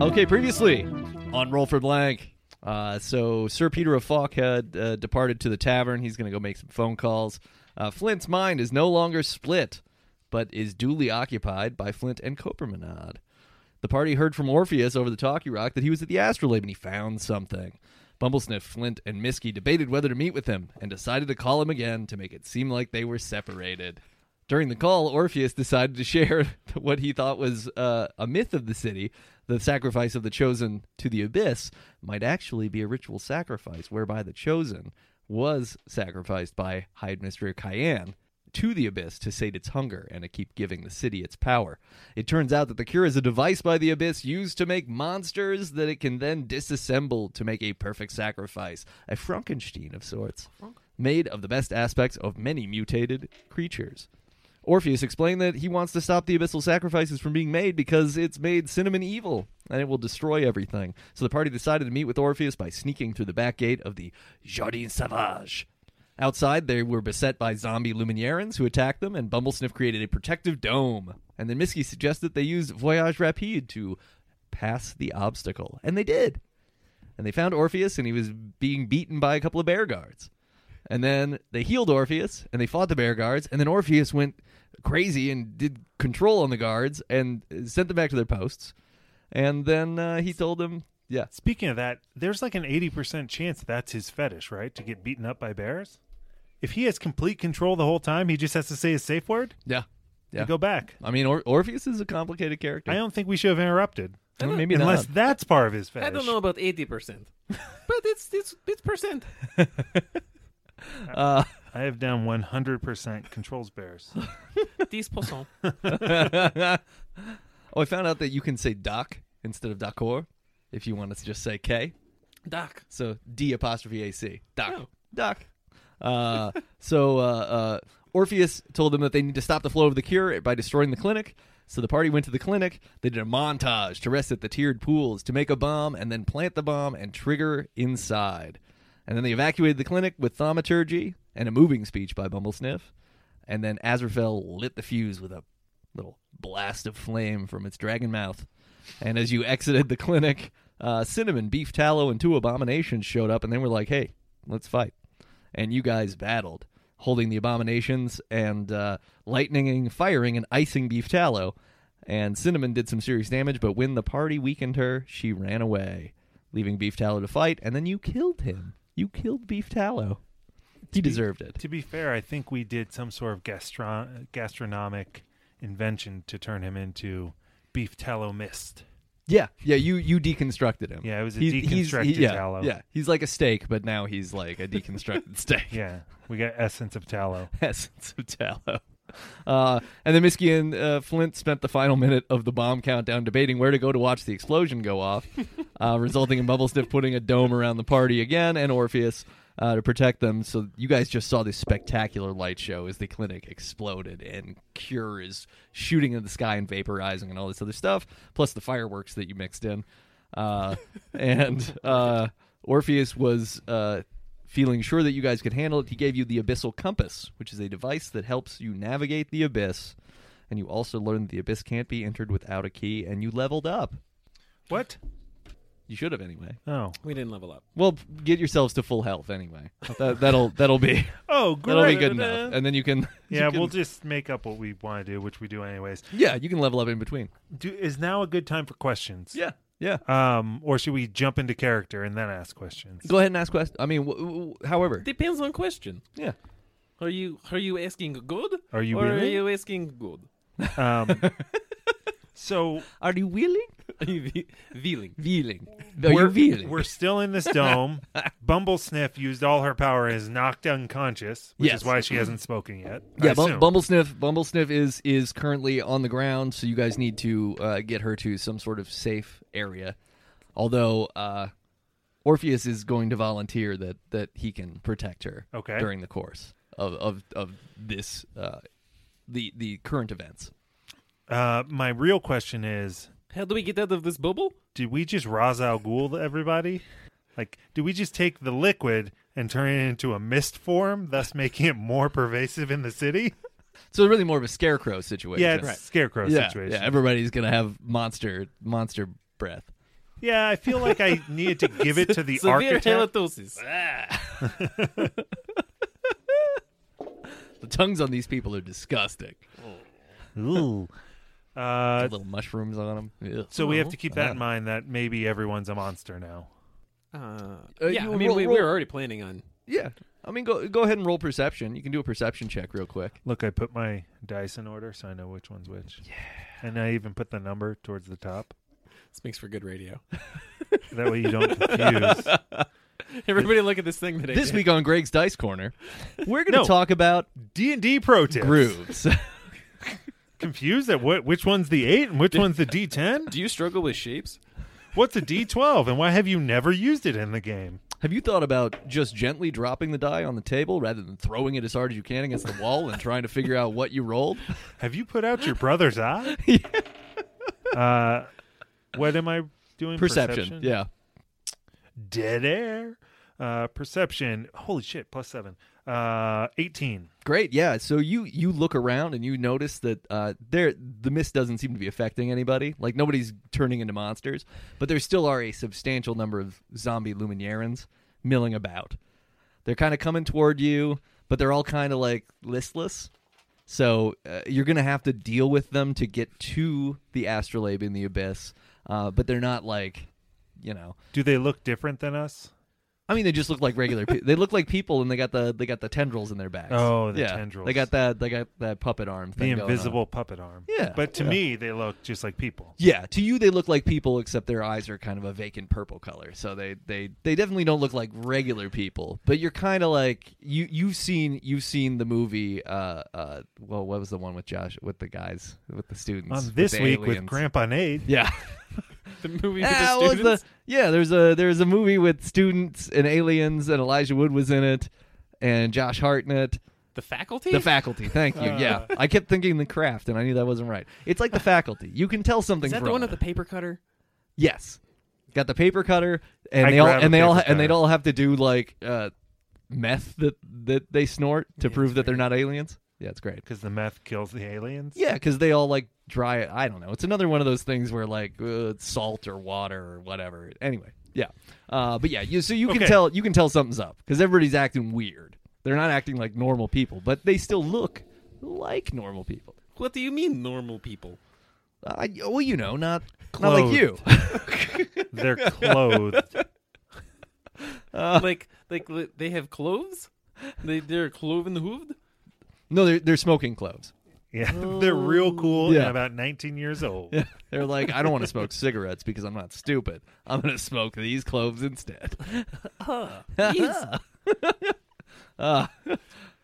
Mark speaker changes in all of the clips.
Speaker 1: Okay, previously on Roll for Blank. Uh, so Sir Peter of Falk had uh, departed to the tavern. He's going to go make some phone calls. Uh, Flint's mind is no longer split, but is duly occupied by Flint and Copermanod. The party heard from Orpheus over the talkie rock that he was at the astrolabe and he found something. Bumblesniff, Flint, and Misky debated whether to meet with him and decided to call him again to make it seem like they were separated. During the call, Orpheus decided to share what he thought was uh, a myth of the city. The sacrifice of the chosen to the abyss might actually be a ritual sacrifice whereby the chosen was sacrificed by High Administrator Cayenne to the abyss to sate its hunger and to keep giving the city its power. It turns out that the cure is a device by the abyss used to make monsters that it can then disassemble to make a perfect sacrifice, a Frankenstein of sorts, made of the best aspects of many mutated creatures. Orpheus explained that he wants to stop the abyssal sacrifices from being made because it's made cinnamon evil and it will destroy everything. So the party decided to meet with Orpheus by sneaking through the back gate of the Jardin Sauvage. Outside, they were beset by zombie Luminarians who attacked them, and Bumblesniff created a protective dome. And then Misky suggested they use Voyage Rapide to pass the obstacle, and they did. And they found Orpheus, and he was being beaten by a couple of bear guards. And then they healed Orpheus, and they fought the bear guards, and then Orpheus went crazy and did control on the guards and uh, sent them back to their posts. And then uh, he told them, yeah,
Speaker 2: Speaking of that, there's like an 80% chance that's his fetish, right? To get beaten up by bears? If he has complete control the whole time, he just has to say his safe word
Speaker 1: yeah, yeah.
Speaker 2: and go back.
Speaker 1: I mean, or- Orpheus is a complicated character.
Speaker 2: I don't think we should have interrupted.
Speaker 1: Well, maybe
Speaker 2: Unless
Speaker 1: not.
Speaker 2: that's part of his fetish.
Speaker 3: I don't know about eighty percent, but it's it's it's percent.
Speaker 1: Uh,
Speaker 2: I have down 100% controls bears.
Speaker 3: These percent.
Speaker 1: oh, I found out that you can say doc instead of docor if you want to just say K.
Speaker 3: Doc.
Speaker 1: So D apostrophe A C. Doc.
Speaker 3: Oh.
Speaker 1: Doc. Uh, so uh, uh, Orpheus told them that they need to stop the flow of the cure by destroying the clinic. So the party went to the clinic. They did a montage to rest at the tiered pools, to make a bomb, and then plant the bomb and trigger inside. And then they evacuated the clinic with thaumaturgy and a moving speech by Bumblesniff. And then Azraphel lit the fuse with a little blast of flame from its dragon mouth. And as you exited the clinic, uh, Cinnamon, Beef Tallow, and two abominations showed up, and they were like, hey, let's fight. And you guys battled, holding the abominations and uh, lightninging, firing, and icing Beef Tallow. And Cinnamon did some serious damage, but when the party weakened her, she ran away, leaving Beef Tallow to fight, and then you killed him. You killed Beef Tallow. He deserved it.
Speaker 2: To be fair, I think we did some sort of gastro- gastronomic invention to turn him into beef tallow mist.
Speaker 1: Yeah, yeah, you you deconstructed him.
Speaker 2: Yeah, it was a
Speaker 1: He's- he's-
Speaker 2: deconstructed
Speaker 1: yeah,
Speaker 2: tallow.
Speaker 1: Yeah, he's like a steak, but now he's like a deconstructed steak.
Speaker 2: Yeah, we got essence of tallow.
Speaker 1: essence of tallow. Uh, and then Miski and uh, Flint spent the final minute of the bomb countdown debating where to go to watch the explosion go off, uh, resulting in Bubblestiff putting a dome around the party again and Orpheus uh, to protect them. So you guys just saw this spectacular light show as the clinic exploded and Cure is shooting in the sky and vaporizing and all this other stuff, plus the fireworks that you mixed in. Uh, and uh, Orpheus was. Uh, Feeling sure that you guys could handle it, he gave you the Abyssal Compass, which is a device that helps you navigate the abyss. And you also learned the abyss can't be entered without a key, and you leveled up.
Speaker 2: What?
Speaker 1: You should have anyway.
Speaker 2: Oh.
Speaker 3: We didn't level up.
Speaker 1: Well, p- get yourselves to full health anyway. That, that'll that'll be
Speaker 2: Oh, great.
Speaker 1: that'll be good enough, and then you can you
Speaker 2: Yeah,
Speaker 1: can-
Speaker 2: we'll just make up what we want to do, which we do anyways.
Speaker 1: yeah you can level up in between.
Speaker 2: Do is now a good time for questions?
Speaker 1: Yeah, yeah.
Speaker 2: Um, or should we jump into character and then ask questions?
Speaker 1: Go ahead and ask questions. I mean, w- w- however,
Speaker 3: Depends on question.
Speaker 1: yeah.
Speaker 3: Are you are you asking good?
Speaker 2: Are you
Speaker 3: or
Speaker 2: really?
Speaker 3: are you asking good?
Speaker 2: Um, so
Speaker 1: Are you wheeling?
Speaker 3: Are you ve- feeling?
Speaker 1: Wheeling. Are
Speaker 2: we're,
Speaker 1: you wheeling?
Speaker 2: we're still in this dome. Bumble Sniff used all her power and is knocked unconscious, which
Speaker 1: Yes.
Speaker 2: is why she hasn't spoken yet.
Speaker 1: Yeah,
Speaker 2: I
Speaker 1: Bum-
Speaker 2: assume.
Speaker 1: Bumblesniff. Bumblesniff is is currently on the ground, so you guys need to uh, get her to some sort of safe area. Although uh, Orpheus is going to volunteer that that he can protect her
Speaker 2: Okay.
Speaker 1: during the course of of, of this uh, the the current events.
Speaker 2: Uh, my real question is:
Speaker 3: How do we get out of this bubble?
Speaker 2: Did we just Ra's al Ghul everybody? Like, do we just take the liquid and turn it into a mist form, thus making it more pervasive in the city?
Speaker 1: So it's really more of a scarecrow situation.
Speaker 2: Yeah, it's scarecrow
Speaker 1: yeah,
Speaker 2: situation.
Speaker 1: yeah. Everybody's gonna have monster monster breath.
Speaker 2: Yeah, I feel like I needed to give it to the
Speaker 3: Severe
Speaker 2: architect.
Speaker 3: halitosis.
Speaker 1: Uh, The tongues on these people are disgusting.
Speaker 2: Ooh. Uh,
Speaker 1: Little mushrooms on them.
Speaker 2: so we have to keep that
Speaker 1: Ah.
Speaker 2: in mind that maybe everyone's a monster now.
Speaker 3: Uh,
Speaker 1: Uh,
Speaker 3: yeah,
Speaker 1: you
Speaker 3: I mean,
Speaker 1: roll-
Speaker 3: we,
Speaker 1: roll-
Speaker 3: we were already planning on.
Speaker 1: yeah. I mean, go go ahead and roll perception. You can do a perception check real quick.
Speaker 2: Look, I put my dice in order so I know which one's which. Yeah. And I even put the number towards the top.
Speaker 3: This makes for good radio.
Speaker 2: That way you don't confuse.
Speaker 3: Everybody, look at this thing that I
Speaker 1: This
Speaker 3: did.
Speaker 1: week on Greg's Dice Corner, we're going to
Speaker 2: No.
Speaker 1: talk about
Speaker 2: D&D pro tips.
Speaker 1: grooves.
Speaker 2: Confused at what which one's the 8 and which one's the D10?
Speaker 3: Do you struggle with shapes?
Speaker 2: What's a D12 and why have you never used it in the game?
Speaker 1: Have you thought about just gently dropping the die on the table rather than throwing it as hard as you can against the wall and trying to figure out what you rolled?
Speaker 2: Have you put out your brother's eye? uh, what am I doing?
Speaker 1: Perception. Yeah.
Speaker 2: Dead air. Uh, perception. Holy shit. Plus seven. Uh, 18.
Speaker 1: Great, yeah. So you you look around and you notice that uh, there the mist doesn't seem to be affecting anybody. Like nobody's turning into monsters, but there still are a substantial number of zombie luminarans milling about. They're kind of coming toward you, but they're all kind of like listless. So uh, you're gonna have to deal with them to get to the astrolabe in the abyss. Uh, but they're not like, you know,
Speaker 2: Do they look different than us?
Speaker 1: I mean, they just look like regular. Pe- they look like people, and they got the they got the tendrils in their backs.
Speaker 2: Oh, the
Speaker 1: yeah.
Speaker 2: tendrils.
Speaker 1: They got that they got that puppet arm.
Speaker 2: The
Speaker 1: Thing going on. uh,
Speaker 2: invisible puppet arm.
Speaker 1: Yeah,
Speaker 2: But to
Speaker 1: yeah.
Speaker 2: me, they look just like people.
Speaker 1: Yeah, to you they look like people, except their eyes are kind of a vacant purple color. So they they they definitely don't look like regular people. But you're kind of like you you've seen you've seen the movie. Uh, uh, well, what was the one with Josh with the guys with the students
Speaker 2: On this
Speaker 1: the
Speaker 2: week with
Speaker 1: aliens?
Speaker 2: Grandpa Nate.
Speaker 1: Yeah.
Speaker 3: The movie with
Speaker 1: Ah,
Speaker 3: the
Speaker 1: what was
Speaker 3: students.
Speaker 1: the- yeah, there's a there's a movie with students and aliens and Elijah Wood was in it and Josh Hartnett.
Speaker 3: The faculty.
Speaker 1: The faculty, thank you.
Speaker 3: Uh,
Speaker 1: yeah, I kept thinking the craft, and I knew that wasn't right. It's like the faculty. You can tell something.
Speaker 3: Is that
Speaker 1: from
Speaker 3: the one with
Speaker 1: it.
Speaker 3: the paper cutter?
Speaker 1: Yes, got the paper cutter, and
Speaker 2: I
Speaker 1: they all
Speaker 2: grab a
Speaker 1: and they all
Speaker 2: paper
Speaker 1: and they'd
Speaker 2: cutter.
Speaker 1: all have to do like uh, meth that that they snort to prove that they're not aliens. Yeah, it's great.
Speaker 2: Because the meth kills the aliens.
Speaker 1: Yeah, because they all like dry it. I don't know. It's another one of those things where like uh, it's salt or water or whatever. Anyway, yeah. Uh, but yeah, you so you can
Speaker 2: Okay.
Speaker 1: tell you can tell something's up because everybody's acting weird. They're not acting like normal people, but they still look like normal people.
Speaker 3: What do you mean, normal people?
Speaker 1: Uh, well, you know, not not like you.
Speaker 2: They're clothed.
Speaker 3: like, like li- they have cloves. They they're cloven hooved.
Speaker 1: no, they're they're smoking cloves.
Speaker 2: Yeah. They're
Speaker 3: Oh.
Speaker 2: real cool
Speaker 1: Yeah.
Speaker 2: and about 19 years old.
Speaker 1: They're like, I don't want to smoke cigarettes because I'm not stupid. I'm going to smoke these cloves instead.
Speaker 3: Jeez.
Speaker 1: Uh,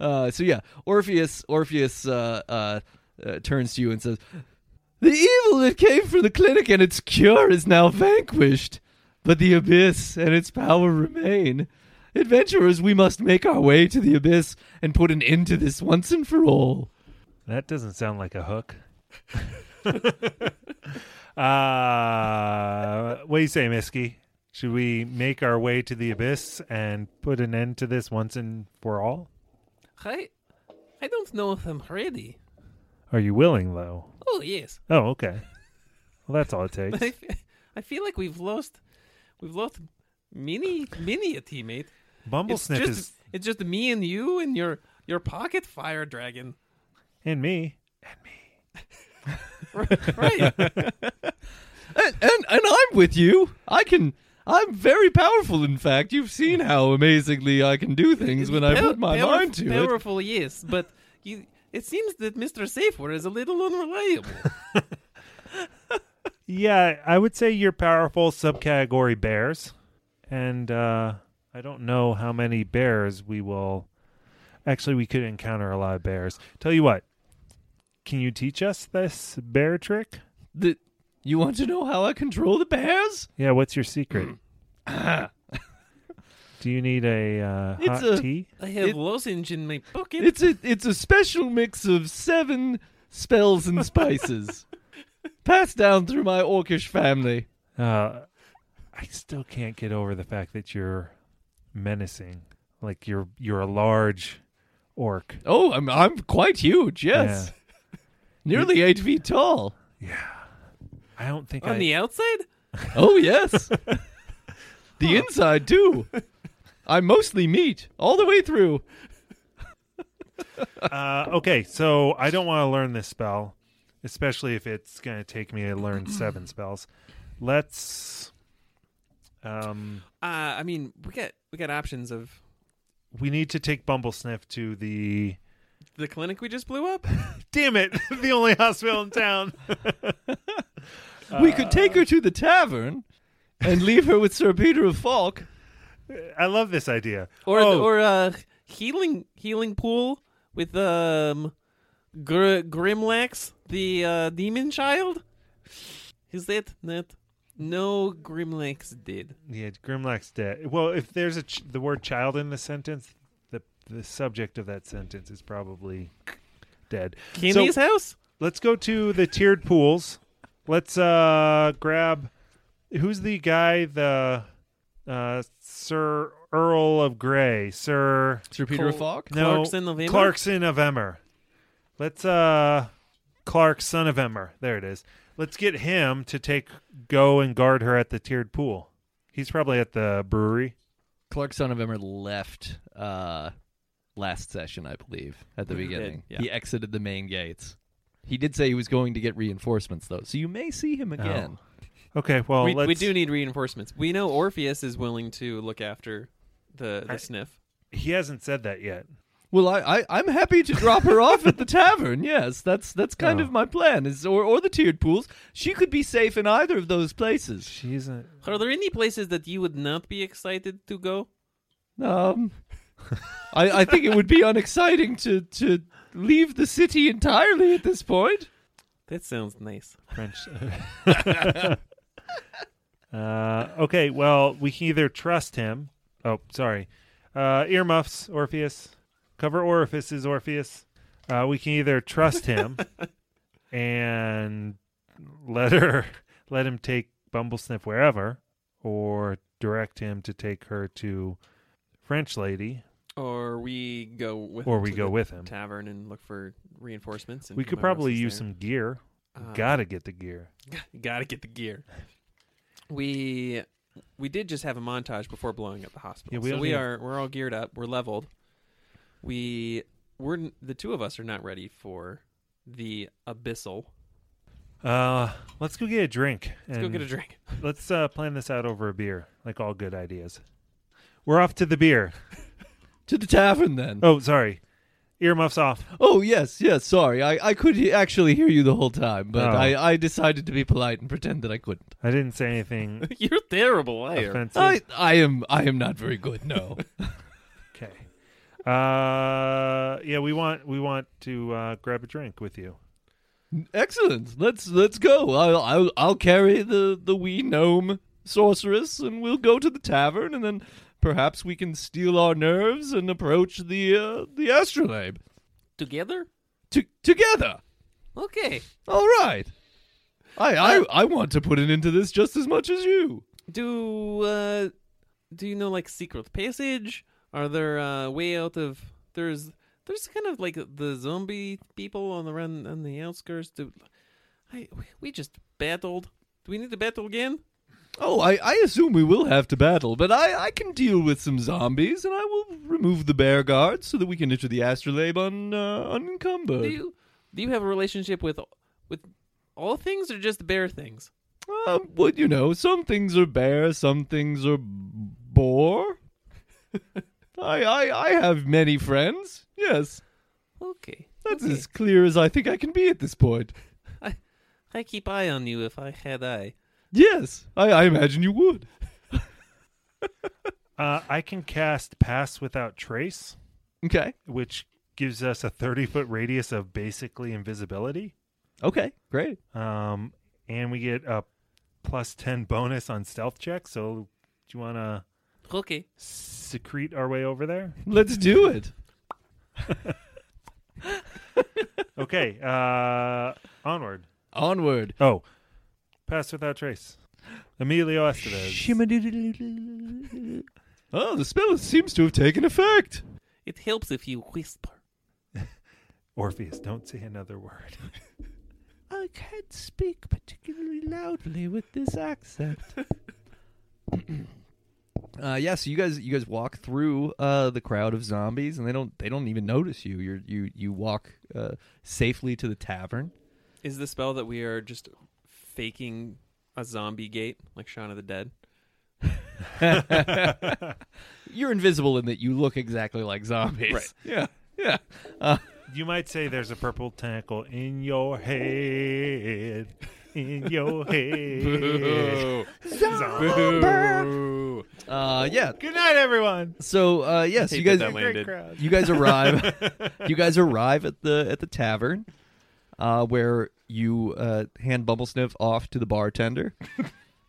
Speaker 1: uh, so yeah, Orpheus Orpheus uh, uh, uh, turns to you and says, "The evil that came from the clinic and its cure is now vanquished, but the abyss and its power remain. Adventurers, we must make our way to the abyss and put an end to this once and for all."
Speaker 2: That doesn't sound like a hook. uh, what do you say, Misky? Should we make our way to the abyss and put an end to this once and for all?
Speaker 3: I, I don't know if I'm ready.
Speaker 2: Are you willing, though?
Speaker 3: Oh yes.
Speaker 2: Oh, okay. Well, that's all it takes.
Speaker 3: I, fe- I feel like we've lost, we've lost many, many a teammate. It's
Speaker 2: Bumblesniff
Speaker 3: just,
Speaker 2: is
Speaker 3: it's just me and you and your your pocket fire dragon,
Speaker 2: in me.
Speaker 3: right?
Speaker 1: And, and and I'm with you. I can. I'm very powerful. In fact, you've seen how amazingly I can do things when I
Speaker 3: Pow-
Speaker 1: put my
Speaker 3: powerf-
Speaker 1: mind to it.
Speaker 3: Powerful, yes, but you, it seems that Mister Safeware is a little unreliable.
Speaker 2: Yeah, I would say you're powerful subcategory bears. And uh, I don't know how many bears we will. Actually, we could encounter a lot of bears. Tell you what, can you teach us this bear trick?
Speaker 1: The, you want to know how I control the bears?
Speaker 2: Yeah, what's your secret? Do you need a uh,
Speaker 1: It's
Speaker 2: hot
Speaker 1: a-
Speaker 2: tea?
Speaker 3: I have
Speaker 1: It-
Speaker 3: lozenge in my pocket.
Speaker 1: It's a it's a special mix of seven spells and spices, passed down through my orcish family.
Speaker 2: Uh, I still can't get over the fact that you're menacing. Like you're you're a large orc.
Speaker 1: Oh, I'm I'm quite huge. Yes, nearly eight feet tall.
Speaker 2: Yeah. yeah. I don't think I
Speaker 3: On the outside?
Speaker 1: Oh yes, the inside too. I'm mostly meat all the way through.
Speaker 2: Uh, okay, so I don't want to learn this spell, especially if it's going to take me to learn seven spells. Let's. Um,
Speaker 3: Uh, I mean, we got we got options of
Speaker 2: we need to take Bumblesniff to the.
Speaker 3: the clinic we just blew up.
Speaker 2: Damn it! The only hospital in town.
Speaker 1: we could take her to the tavern and leave her with Sir Peter of Falk.
Speaker 2: I love this idea.
Speaker 3: Or
Speaker 2: Oh,
Speaker 3: or uh healing healing pool with um Gr- Grimlax, the uh, demon child. Is that not? No, Grimlax did.
Speaker 2: yeah, Grimlock's dead. Well, if there's a ch- the word "child" in the sentence, the the subject of that sentence is probably dead. So-
Speaker 3: Kenny's house.
Speaker 2: let's go to the tiered pools. Let's uh grab who's the guy the uh Sir Earl of Grey, Sir
Speaker 1: Sir
Speaker 3: Peter of Col-
Speaker 1: Falk?
Speaker 2: no,
Speaker 3: Clarkson of Emmer?
Speaker 2: Clarkson of Emmer. Let's uh Clark son of Emmer. There it is. Let's get him to take go and guard her at the tiered pool. He's probably at the brewery.
Speaker 1: Clark, son of Emmer, left uh, last session, I believe, at the
Speaker 3: He did,
Speaker 1: beginning.
Speaker 3: yeah.
Speaker 1: He exited the main gates. He did say he was going to get reinforcements, though, so you may see him again.
Speaker 2: Okay, well
Speaker 3: we,
Speaker 2: let's
Speaker 3: we do need reinforcements. We know Orpheus is willing to look after the the
Speaker 2: I-
Speaker 3: sniff.
Speaker 2: he hasn't said that yet.
Speaker 1: Well, I, I, I'm happy to drop her off at the tavern. Yes, that's that's kind
Speaker 2: Oh.
Speaker 1: of my plan. Is or, or the tiered pools. She could be safe in either of those places.
Speaker 2: She's a
Speaker 3: Are there any places that you would not be excited to go?
Speaker 1: Um, I, I think it would be unexciting to to leave the city entirely at this point.
Speaker 3: That sounds nice.
Speaker 2: French. uh, okay, well, we can either trust him. Oh, sorry. Uh, earmuffs, Orpheus. Cover orifices, Orpheus. Uh, we can either trust him and let her let him take Bumblesniff wherever, or direct him to take her to French Lady,
Speaker 3: Or we go with
Speaker 2: or we
Speaker 3: to
Speaker 2: go
Speaker 3: the
Speaker 2: with him.
Speaker 3: tavern and look for reinforcements. And
Speaker 2: We could
Speaker 3: whoever else
Speaker 2: probably
Speaker 3: is
Speaker 2: use
Speaker 3: there.
Speaker 2: some gear.
Speaker 3: Uh,
Speaker 2: Gotta get the gear.
Speaker 3: gotta get the gear. We we did just have a montage before blowing up the hospital.
Speaker 2: Yeah, we
Speaker 3: so
Speaker 2: don't
Speaker 3: we
Speaker 2: need-
Speaker 3: are we're all geared up. We're leveled. We we're n- the two of us are not ready for the abyssal.
Speaker 2: Uh, let's go get a drink.
Speaker 3: Let's go get a drink.
Speaker 2: Let's uh, plan this out over a beer, like all good ideas. We're off to the beer.
Speaker 1: To the tavern, then.
Speaker 2: Oh, sorry. Earmuffs off.
Speaker 1: Oh yes, yes. Sorry, I, I could he- actually hear you the whole time, but
Speaker 2: Oh.
Speaker 1: I, I decided to be polite and pretend that I couldn't.
Speaker 2: I didn't say anything
Speaker 3: You're a terrible liar.
Speaker 2: offensive.
Speaker 1: I I am I am not very good. No.
Speaker 2: Okay. Uh, yeah, we want we want to uh, grab a drink with you.
Speaker 1: Excellent. Let's let's go. I'll I'll, I'll carry the the wee gnome sorceress, and we'll go to the tavern, and then perhaps we can steal our nerves and approach the uh, the astrolabe
Speaker 3: Together?
Speaker 1: to- together.
Speaker 3: Okay.
Speaker 1: All right. I, I I want to put an end to this just as much as you.
Speaker 3: Do uh do you know like secret passage? Are there uh way out of there's there's kind of like the zombie people on the run on the outskirts. Do I we just battled. Do we need to battle again?
Speaker 1: Oh, I, I assume we will have to battle, but I, I can deal with some zombies, and I will remove the bear guards so that we can enter the astrolabe un, uh,
Speaker 3: Do
Speaker 1: unencumbered.
Speaker 3: you do you have a relationship with with all things or just bear things?
Speaker 1: Um, well, you know, some things are bear, some things are boar. I, I, I have many friends. Yes,
Speaker 3: Okay.
Speaker 1: that's
Speaker 3: okay.
Speaker 1: as clear as I think I can be at this point.
Speaker 3: I keep eye on you if I had eye.
Speaker 1: Yes, I, I imagine you would.
Speaker 2: Uh, I can cast Pass Without Trace,
Speaker 1: Okay,
Speaker 2: which gives us a thirty foot radius of basically invisibility,
Speaker 1: okay, great.
Speaker 2: um, and we get a plus ten bonus on stealth checks. So, do you want to?
Speaker 3: Okay.
Speaker 2: secrete our way over there.
Speaker 1: Let's do it.
Speaker 2: Okay, uh, onward.
Speaker 1: Onward.
Speaker 2: Oh, pass without trace. Emilio Estevez.
Speaker 1: Oh, the spell seems to have taken effect.
Speaker 3: It helps if you whisper.
Speaker 2: Orpheus, don't say another word.
Speaker 1: I can't speak particularly loudly with this accent. uh, yeah, so you guys you guys walk through uh, the crowd of zombies, and they don't they don't even notice you. You you you walk uh, safely to the tavern.
Speaker 3: Is the spell that we are just faking a zombie gate like Shaun of the Dead?
Speaker 1: You're invisible in that you look exactly like zombies.
Speaker 3: Right.
Speaker 1: Yeah. Yeah. Uh,
Speaker 2: You might say there's a purple tentacle in your head. In your head. Boo.
Speaker 1: uh, yeah.
Speaker 2: Good night, everyone.
Speaker 1: So uh, yes,
Speaker 3: hate
Speaker 1: you
Speaker 3: that
Speaker 1: guys
Speaker 3: that
Speaker 2: Great
Speaker 3: Landed.
Speaker 2: crowd.
Speaker 1: you guys arrive you guys arrive at the at the tavern uh, where you uh, hand Bumblesniff off to the bartender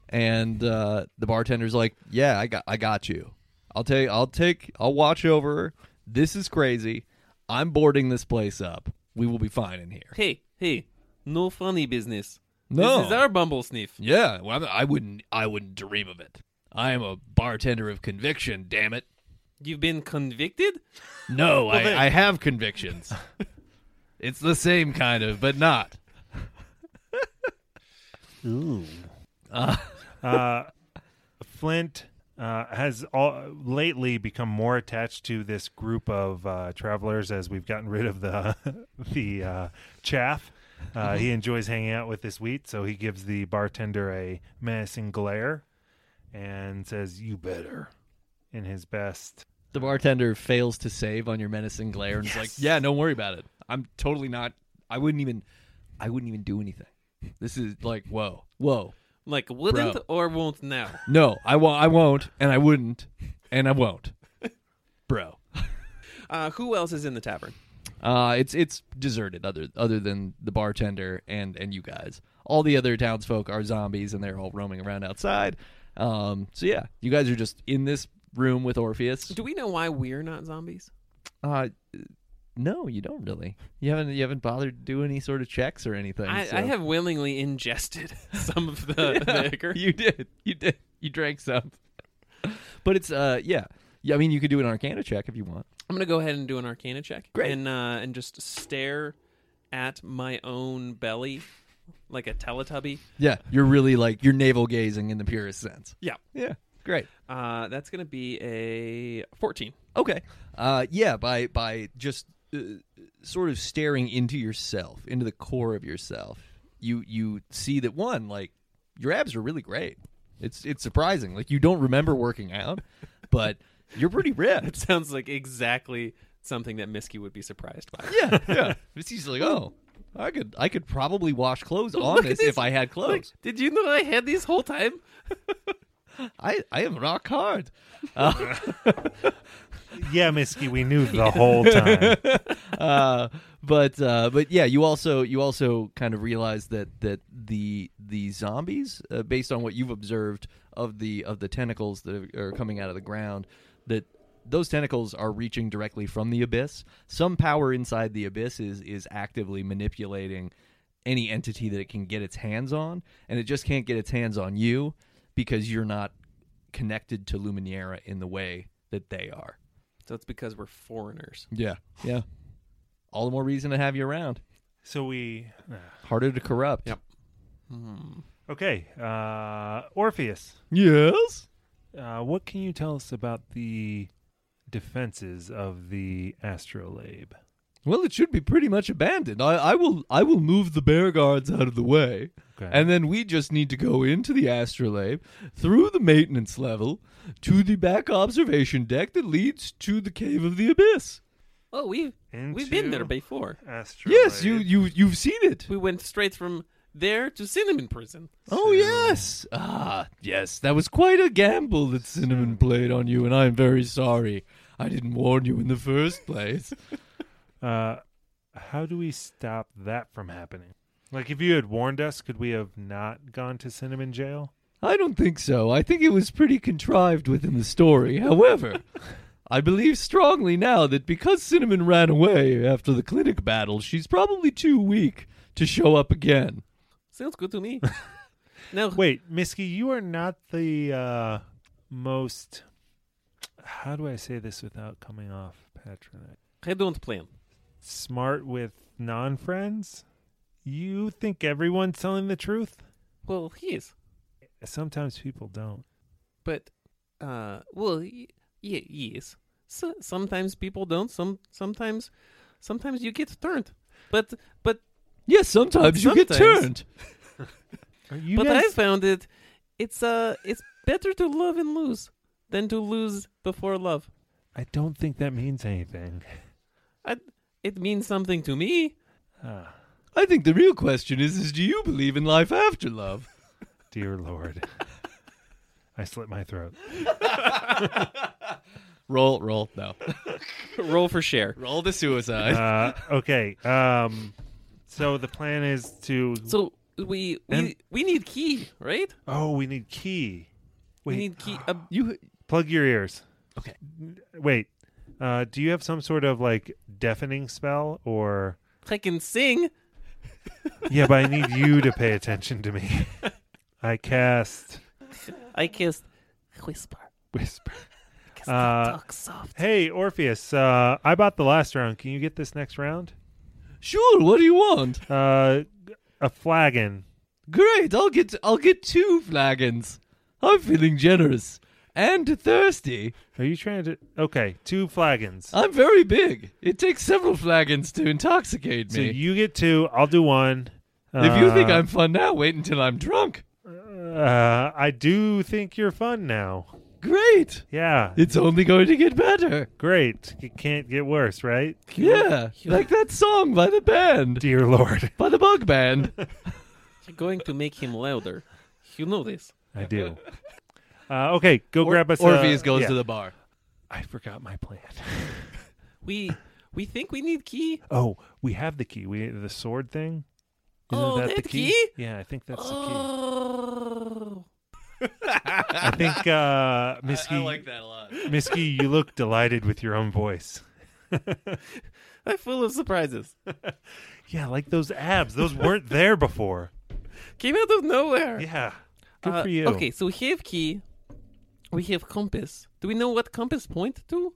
Speaker 1: and uh, the bartender's like yeah I got I got you I'll take I'll take I'll watch over her this is crazy I'm boarding this place up we will be fine in here
Speaker 3: Hey, hey, no funny business.
Speaker 1: No.
Speaker 3: This is our bumble sniff.
Speaker 1: yeah well, I'm- I wouldn't I wouldn't dream of it I am a bartender of conviction damn it
Speaker 3: You've been convicted?
Speaker 1: No, I,
Speaker 2: then-
Speaker 1: I have convictions. it's the same kind of, but not.
Speaker 2: Ooh. Uh, Flint uh, has all, lately become more attached to this group of uh, travelers as we've gotten rid of the the uh, chaff. Uh, he enjoys hanging out with this wheat, so he gives the bartender a menacing glare and says, "You better." In his best,
Speaker 1: The bartender fails to save on your menacing glare and is like, "Yeah, don't worry about it. I'm totally not. I wouldn't even. I wouldn't even do anything. This is like, whoa, whoa.
Speaker 3: Like, wouldn't
Speaker 1: Bro.
Speaker 3: or won't now?
Speaker 1: No, I won't. I won't, and I wouldn't, and I won't, bro.
Speaker 3: Uh, who else is in the tavern?
Speaker 1: Uh, it's it's deserted other other than the bartender and and you guys. All the other townsfolk are zombies and they're all roaming around outside. Um, so yeah, you guys are just in this room with Orpheus.
Speaker 3: Do we know why we're not zombies?
Speaker 1: Uh, no, you don't really. You haven't you haven't bothered to do any sort of checks or anything.
Speaker 3: I,
Speaker 1: so-
Speaker 3: I have willingly ingested some of the, the liquor.
Speaker 1: You did. You did. You drank some. but it's uh yeah. Yeah, I mean you could do an Arcana check if you want.
Speaker 3: I'm gonna go ahead and do an Arcana check.
Speaker 1: Great.
Speaker 3: and uh, and just stare at my own belly like a Teletubby.
Speaker 1: Yeah, you're really like you're navel gazing in the purest sense.
Speaker 3: Yeah.
Speaker 1: Yeah, great.
Speaker 3: Uh, that's gonna be a 14.
Speaker 1: Okay. Uh, yeah, by by just uh, sort of staring into yourself, into the core of yourself, you you see that one like your abs are really great. It's it's surprising. Like you don't remember working out, but you're pretty
Speaker 3: That
Speaker 1: ripped.
Speaker 3: sounds like exactly something that Misky would be surprised by.
Speaker 1: Yeah, yeah. It's he's like, oh, I could I could probably wash clothes on
Speaker 3: Look at
Speaker 1: this
Speaker 3: this.
Speaker 1: if I had clothes.
Speaker 3: Like, did you know I had these whole time?
Speaker 1: I I am rock hard. Uh,
Speaker 2: yeah, Misky, we knew the whole time.
Speaker 1: uh, but uh, but yeah, you also you also kind of realize that that the the zombies, uh, based on what you've observed of the of the tentacles that are coming out of the ground, that those tentacles are reaching directly from the abyss. Some power inside the abyss is is actively manipulating any entity that it can get its hands on, and it just can't get its hands on you because you're not connected to Luminera in the way that they are.
Speaker 3: So it's because we're foreigners.
Speaker 1: Yeah, yeah. All the more reason to have you around.
Speaker 2: So we uh,
Speaker 1: Harder to corrupt.
Speaker 3: Yep.
Speaker 2: okay, uh, Orpheus.
Speaker 1: Yes.
Speaker 2: Uh, what can you tell us about the defenses of the astrolabe?
Speaker 1: Well, it should be pretty much abandoned. I, I will. I will move the bear guards out of the way,
Speaker 2: Okay.
Speaker 1: and then we just need to go into the astrolabe, through the maintenance level, to the back observation deck that leads to the cave of the abyss.
Speaker 3: Oh, we we've been there before.
Speaker 2: Astrolabe.
Speaker 1: Yes, you you you've seen it.
Speaker 3: We went straight from there to Cinnamon Prison.
Speaker 1: Oh yes. Ah yes. That was quite a gamble that Cinnamon played on you, and I am very sorry. I didn't warn you in the first place.
Speaker 2: Uh, how do we stop that from happening? Like, if you had warned us, could we have not gone to Cinnamon Jail?
Speaker 1: I don't think so. I think it was pretty contrived within the story. However, I believe strongly now that because Cinnamon ran away after the clinic battle, she's probably too weak to show up again.
Speaker 3: Sounds good to me. No,
Speaker 2: Wait, Misky, you are not the uh, most. How do I say this without coming off patronizing?
Speaker 3: I don't plan.
Speaker 2: Smart with non friends? You think everyone's telling the truth?
Speaker 3: Well, he is,
Speaker 2: Sometimes people don't.
Speaker 3: but uh, well, y- yeah, he is. So, sometimes people don't. Some sometimes, sometimes you get turned. But but
Speaker 1: Yeah, sometimes you get turned.
Speaker 3: Sometimes.
Speaker 2: Are you
Speaker 3: but
Speaker 2: guys
Speaker 3: I found it. It's uh, it's better to love and lose than to lose before love.
Speaker 2: I don't think that means anything.
Speaker 3: I, it means something to me.
Speaker 2: Ah,
Speaker 1: I think the real question is: Is do you believe in life after love?
Speaker 2: dear Lord. I slit my throat.
Speaker 1: Roll, roll, no,
Speaker 3: Roll for share.
Speaker 1: roll the suicide.
Speaker 2: Uh, okay. Um, so the plan is to.
Speaker 3: So we we,
Speaker 2: And-
Speaker 3: we need key, right?
Speaker 2: oh, we need key.
Speaker 3: We
Speaker 2: Wait.
Speaker 3: need key. A,
Speaker 1: you
Speaker 2: Plug your ears.
Speaker 1: Okay.
Speaker 2: N- Wait. Uh, do you have some sort of like deafening spell or?
Speaker 3: I can sing.
Speaker 2: Yeah, but I need you to pay attention to me. I cast
Speaker 3: I kissed. Whisper.
Speaker 2: whisper.
Speaker 3: Kiss
Speaker 2: Uh,
Speaker 3: talk soft.
Speaker 2: Hey Orpheus, uh, I bought the last round. Can you get this next round?
Speaker 1: sure? What do you want?
Speaker 2: Uh, a flagon.
Speaker 1: Great, I'll get I'll get two flagons. I'm feeling generous and thirsty.
Speaker 2: Are you trying to? Okay, two flagons.
Speaker 1: I'm very big. It takes several flagons to intoxicate
Speaker 2: so
Speaker 1: me.
Speaker 2: you get two. I'll do one.
Speaker 1: if you think
Speaker 2: Uh,
Speaker 1: I'm fun now, wait until I'm drunk.
Speaker 2: uh, I do think you're fun now.
Speaker 1: Great.
Speaker 2: Yeah,
Speaker 1: It's only going to get better.
Speaker 2: great. It can't get worse, right?
Speaker 1: Yeah, like that song by the band,
Speaker 2: Dear Lord,
Speaker 1: by the Bug Band.
Speaker 3: You're going to make him louder. You know this.
Speaker 2: I do. Uh, okay, go grab us.
Speaker 1: Orpheus
Speaker 2: a,
Speaker 1: goes
Speaker 2: yeah.
Speaker 1: to the bar.
Speaker 2: I forgot my plan.
Speaker 3: We we think we need key.
Speaker 2: Oh, we have the key. We the sword thing. Isn't
Speaker 3: Oh,
Speaker 2: that, the
Speaker 3: that key?
Speaker 2: Yeah, I think that's the key.
Speaker 3: Oh.
Speaker 2: I think uh, Misky,
Speaker 1: that a lot.
Speaker 2: Misky, you look delighted with your own voice.
Speaker 3: I'm full of surprises.
Speaker 2: Yeah, like those abs. Those weren't there before.
Speaker 3: Came out of nowhere.
Speaker 2: Yeah. Good
Speaker 3: Uh,
Speaker 2: for you.
Speaker 3: Okay, so we have key. We have compass. Do we know what compass point to?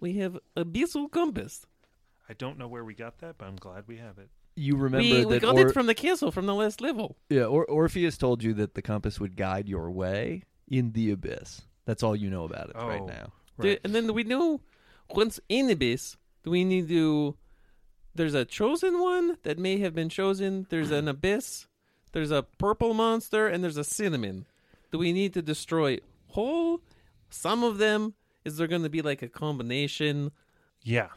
Speaker 3: We have abyssal compass.
Speaker 2: I don't know where we got that, but I'm glad we have it.
Speaker 1: You remember
Speaker 3: we
Speaker 1: that
Speaker 3: we got
Speaker 1: Or-
Speaker 3: it from the castle from the last level.
Speaker 1: yeah, or- Orpheus told you that the compass would guide your way in the abyss. That's all you know about it right
Speaker 2: Oh.
Speaker 1: now.
Speaker 3: Do- and then we know once in abyss, do we need to? There's a chosen one that may have been chosen. There's an abyss. There's a purple monster, and there's a cinnamon. Do we need to destroy whole? Some of them. Is there going to be like a combination?
Speaker 2: Yeah.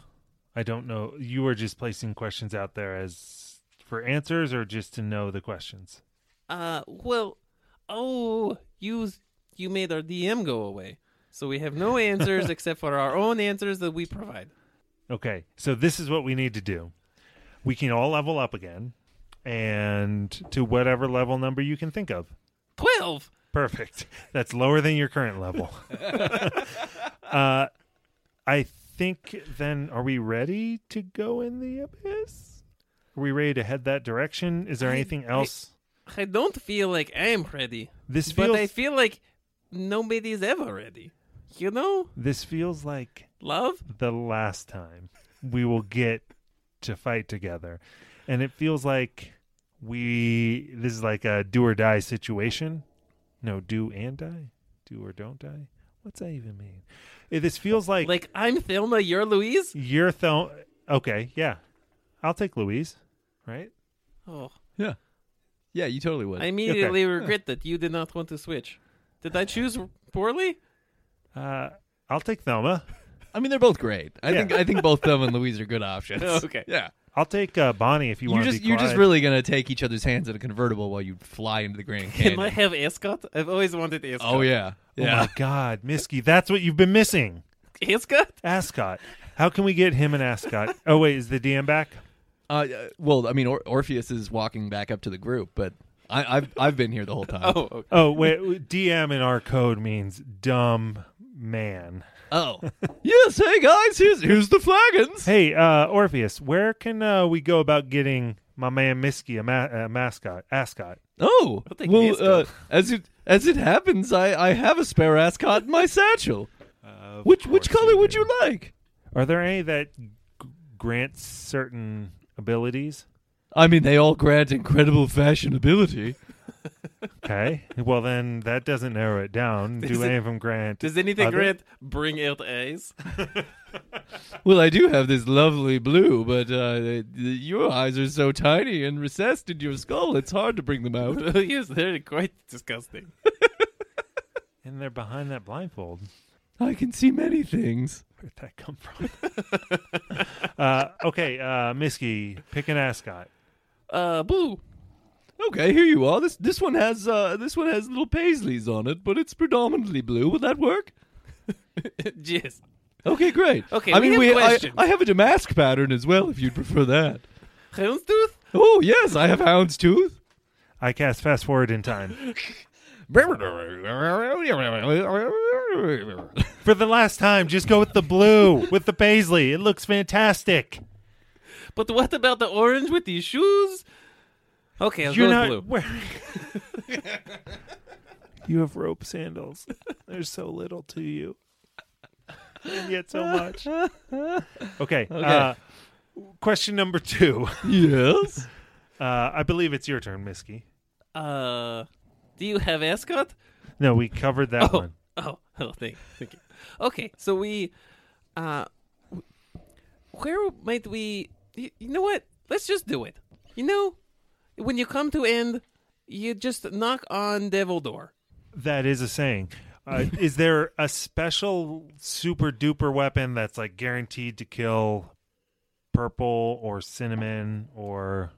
Speaker 2: I don't know. You were just placing questions out there as for answers or just to know the questions.
Speaker 3: Uh, well, oh, you you made our DM go away, so we have no answers except for our own answers that we provide.
Speaker 2: Okay. So this is what we need to do. We can all level up again and to whatever level number you can think of.
Speaker 3: Twelve.
Speaker 2: Perfect. That's lower than your current level. uh, I think then, are we ready to go in the abyss? Are we ready to head that direction? Is there
Speaker 3: I-
Speaker 2: anything
Speaker 3: I-
Speaker 2: else?
Speaker 3: I don't feel like I'm ready.
Speaker 2: this feels
Speaker 3: But I feel like nobody's ever ready. You know,
Speaker 2: this feels like
Speaker 3: love.
Speaker 2: the last time we will get to fight together, and it feels like we this is like a do or die situation. No, do and die, do or don't die. What's that even mean? Eh, This feels like
Speaker 3: Like I'm Thelma, you're Louise.
Speaker 2: You're th- okay, yeah. I'll take Louise, right?
Speaker 3: Oh,
Speaker 1: Yeah. Yeah, you totally would.
Speaker 3: I immediately regret that you did not want to switch. Did I choose poorly?
Speaker 2: Uh, I'll take Thelma.
Speaker 1: I mean, they're both great. I
Speaker 2: Yeah.
Speaker 1: think I think both them and Louise are good options.
Speaker 3: Okay.
Speaker 1: Yeah.
Speaker 2: I'll take uh, Bonnie if you
Speaker 1: You
Speaker 2: want
Speaker 1: are
Speaker 2: to
Speaker 1: just
Speaker 2: be
Speaker 1: you're just
Speaker 2: Clyde.
Speaker 1: really gonna take each other's hands in a convertible while you fly into the Grand
Speaker 3: Can
Speaker 1: Canyon.
Speaker 3: I have Ascot? I've always wanted Ascot.
Speaker 1: oh yeah.
Speaker 2: Oh
Speaker 1: Yeah.
Speaker 2: my God, Misky, that's what you've been missing.
Speaker 3: Ascot.
Speaker 2: Ascot. How can we get him an Ascot? Oh wait, is the DM back?
Speaker 1: Uh, uh, well, I mean, or- Orpheus is walking back up to the group, but I, I've I've been here the whole time.
Speaker 3: Oh, okay.
Speaker 2: Oh wait, DM in our code means dumb man.
Speaker 1: Oh. yes. Hey guys, here's here's the flagons.
Speaker 2: Hey, uh, Orpheus, where can uh, we go about getting my man Misky a, ma- a mascot? Ascot.
Speaker 1: Oh,
Speaker 3: I'll take an
Speaker 1: well,
Speaker 3: ace
Speaker 1: uh,
Speaker 3: coat.
Speaker 1: as it as it happens, I, I have a spare ascot in my satchel.
Speaker 2: Uh, of
Speaker 1: Which which
Speaker 2: course
Speaker 1: color would
Speaker 2: do.
Speaker 1: you like?
Speaker 2: Are there any that g- grant certain abilities?
Speaker 1: I mean, they all grant incredible fashionability.
Speaker 2: Okay. well, then that doesn't narrow it down.
Speaker 3: Is
Speaker 2: Do
Speaker 3: it-
Speaker 2: any of them grant?
Speaker 3: Does anything
Speaker 2: Other-
Speaker 3: grant bring out eyes?
Speaker 1: Well, I do have this lovely blue, but uh, th- th- your eyes are so tiny and recessed in your skull, it's hard to bring them out.
Speaker 3: yes, they're quite disgusting.
Speaker 2: and they're behind that blindfold.
Speaker 1: I can see many things.
Speaker 2: Where'd that come from? uh, okay, uh, Misky, pick an ascot.
Speaker 3: Uh, blue.
Speaker 1: Okay, here you are. This this one has uh, this one has little paisleys on it, but it's predominantly blue. Would that work?
Speaker 3: yes.
Speaker 1: Okay, great.
Speaker 3: Okay,
Speaker 1: I
Speaker 3: we
Speaker 1: mean,
Speaker 3: have
Speaker 1: I,
Speaker 3: questions.
Speaker 1: I have a damask pattern as well, if you'd prefer that.
Speaker 3: Houndstooth?
Speaker 1: Oh yes, I have houndstooth.
Speaker 2: I cast fast forward in time for the last time. Just go with the blue with the paisley. It looks fantastic.
Speaker 3: But what about the orange with these shoes? Okay, I'll
Speaker 2: You're
Speaker 3: go
Speaker 2: not
Speaker 3: with blue.
Speaker 2: wearing. you have rope sandals. There's so little to you, and yet so much. Okay. Uh, question number two.
Speaker 1: yes.
Speaker 2: Uh, I believe it's your turn, Misky.
Speaker 3: Uh, do you have ascot?
Speaker 2: No, we covered that
Speaker 3: Oh.
Speaker 2: one.
Speaker 3: Oh, oh, thank, thank you. Okay, so we, uh, w- where might we? You, you know what? Let's just do it. You know, when you come to end, you just knock on devil door.
Speaker 2: That is a saying. Uh, is there a special super duper weapon that's like guaranteed to kill purple or cinnamon or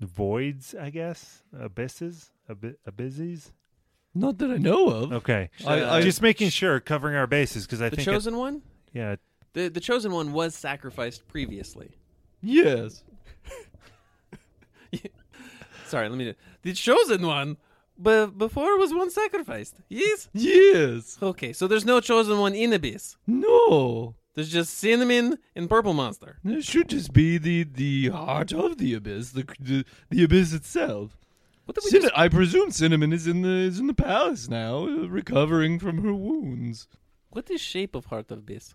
Speaker 2: voids? I guess abysses, Ab- abysses.
Speaker 1: Not that I know
Speaker 3: Oh.
Speaker 1: of.
Speaker 2: Okay,
Speaker 1: I, I
Speaker 2: just making sure covering our bases because I
Speaker 3: Uh, The
Speaker 2: think it-
Speaker 3: chosen one.
Speaker 2: yeah.
Speaker 3: The the chosen one was sacrificed previously.
Speaker 1: yes.
Speaker 3: Sorry, let me. Do, the chosen one, but before was one sacrificed. Yes.
Speaker 1: Yes.
Speaker 3: Okay, so there's no chosen one in abyss.
Speaker 1: No.
Speaker 3: There's just cinnamon and purple monster.
Speaker 1: It should just be the the heart of the abyss, the the, the abyss itself.
Speaker 3: What did we
Speaker 1: Cinna-
Speaker 3: just?
Speaker 1: I presume Cinnamon is in the is in the palace now, uh, recovering from her wounds.
Speaker 3: What is shape of heart of abyss?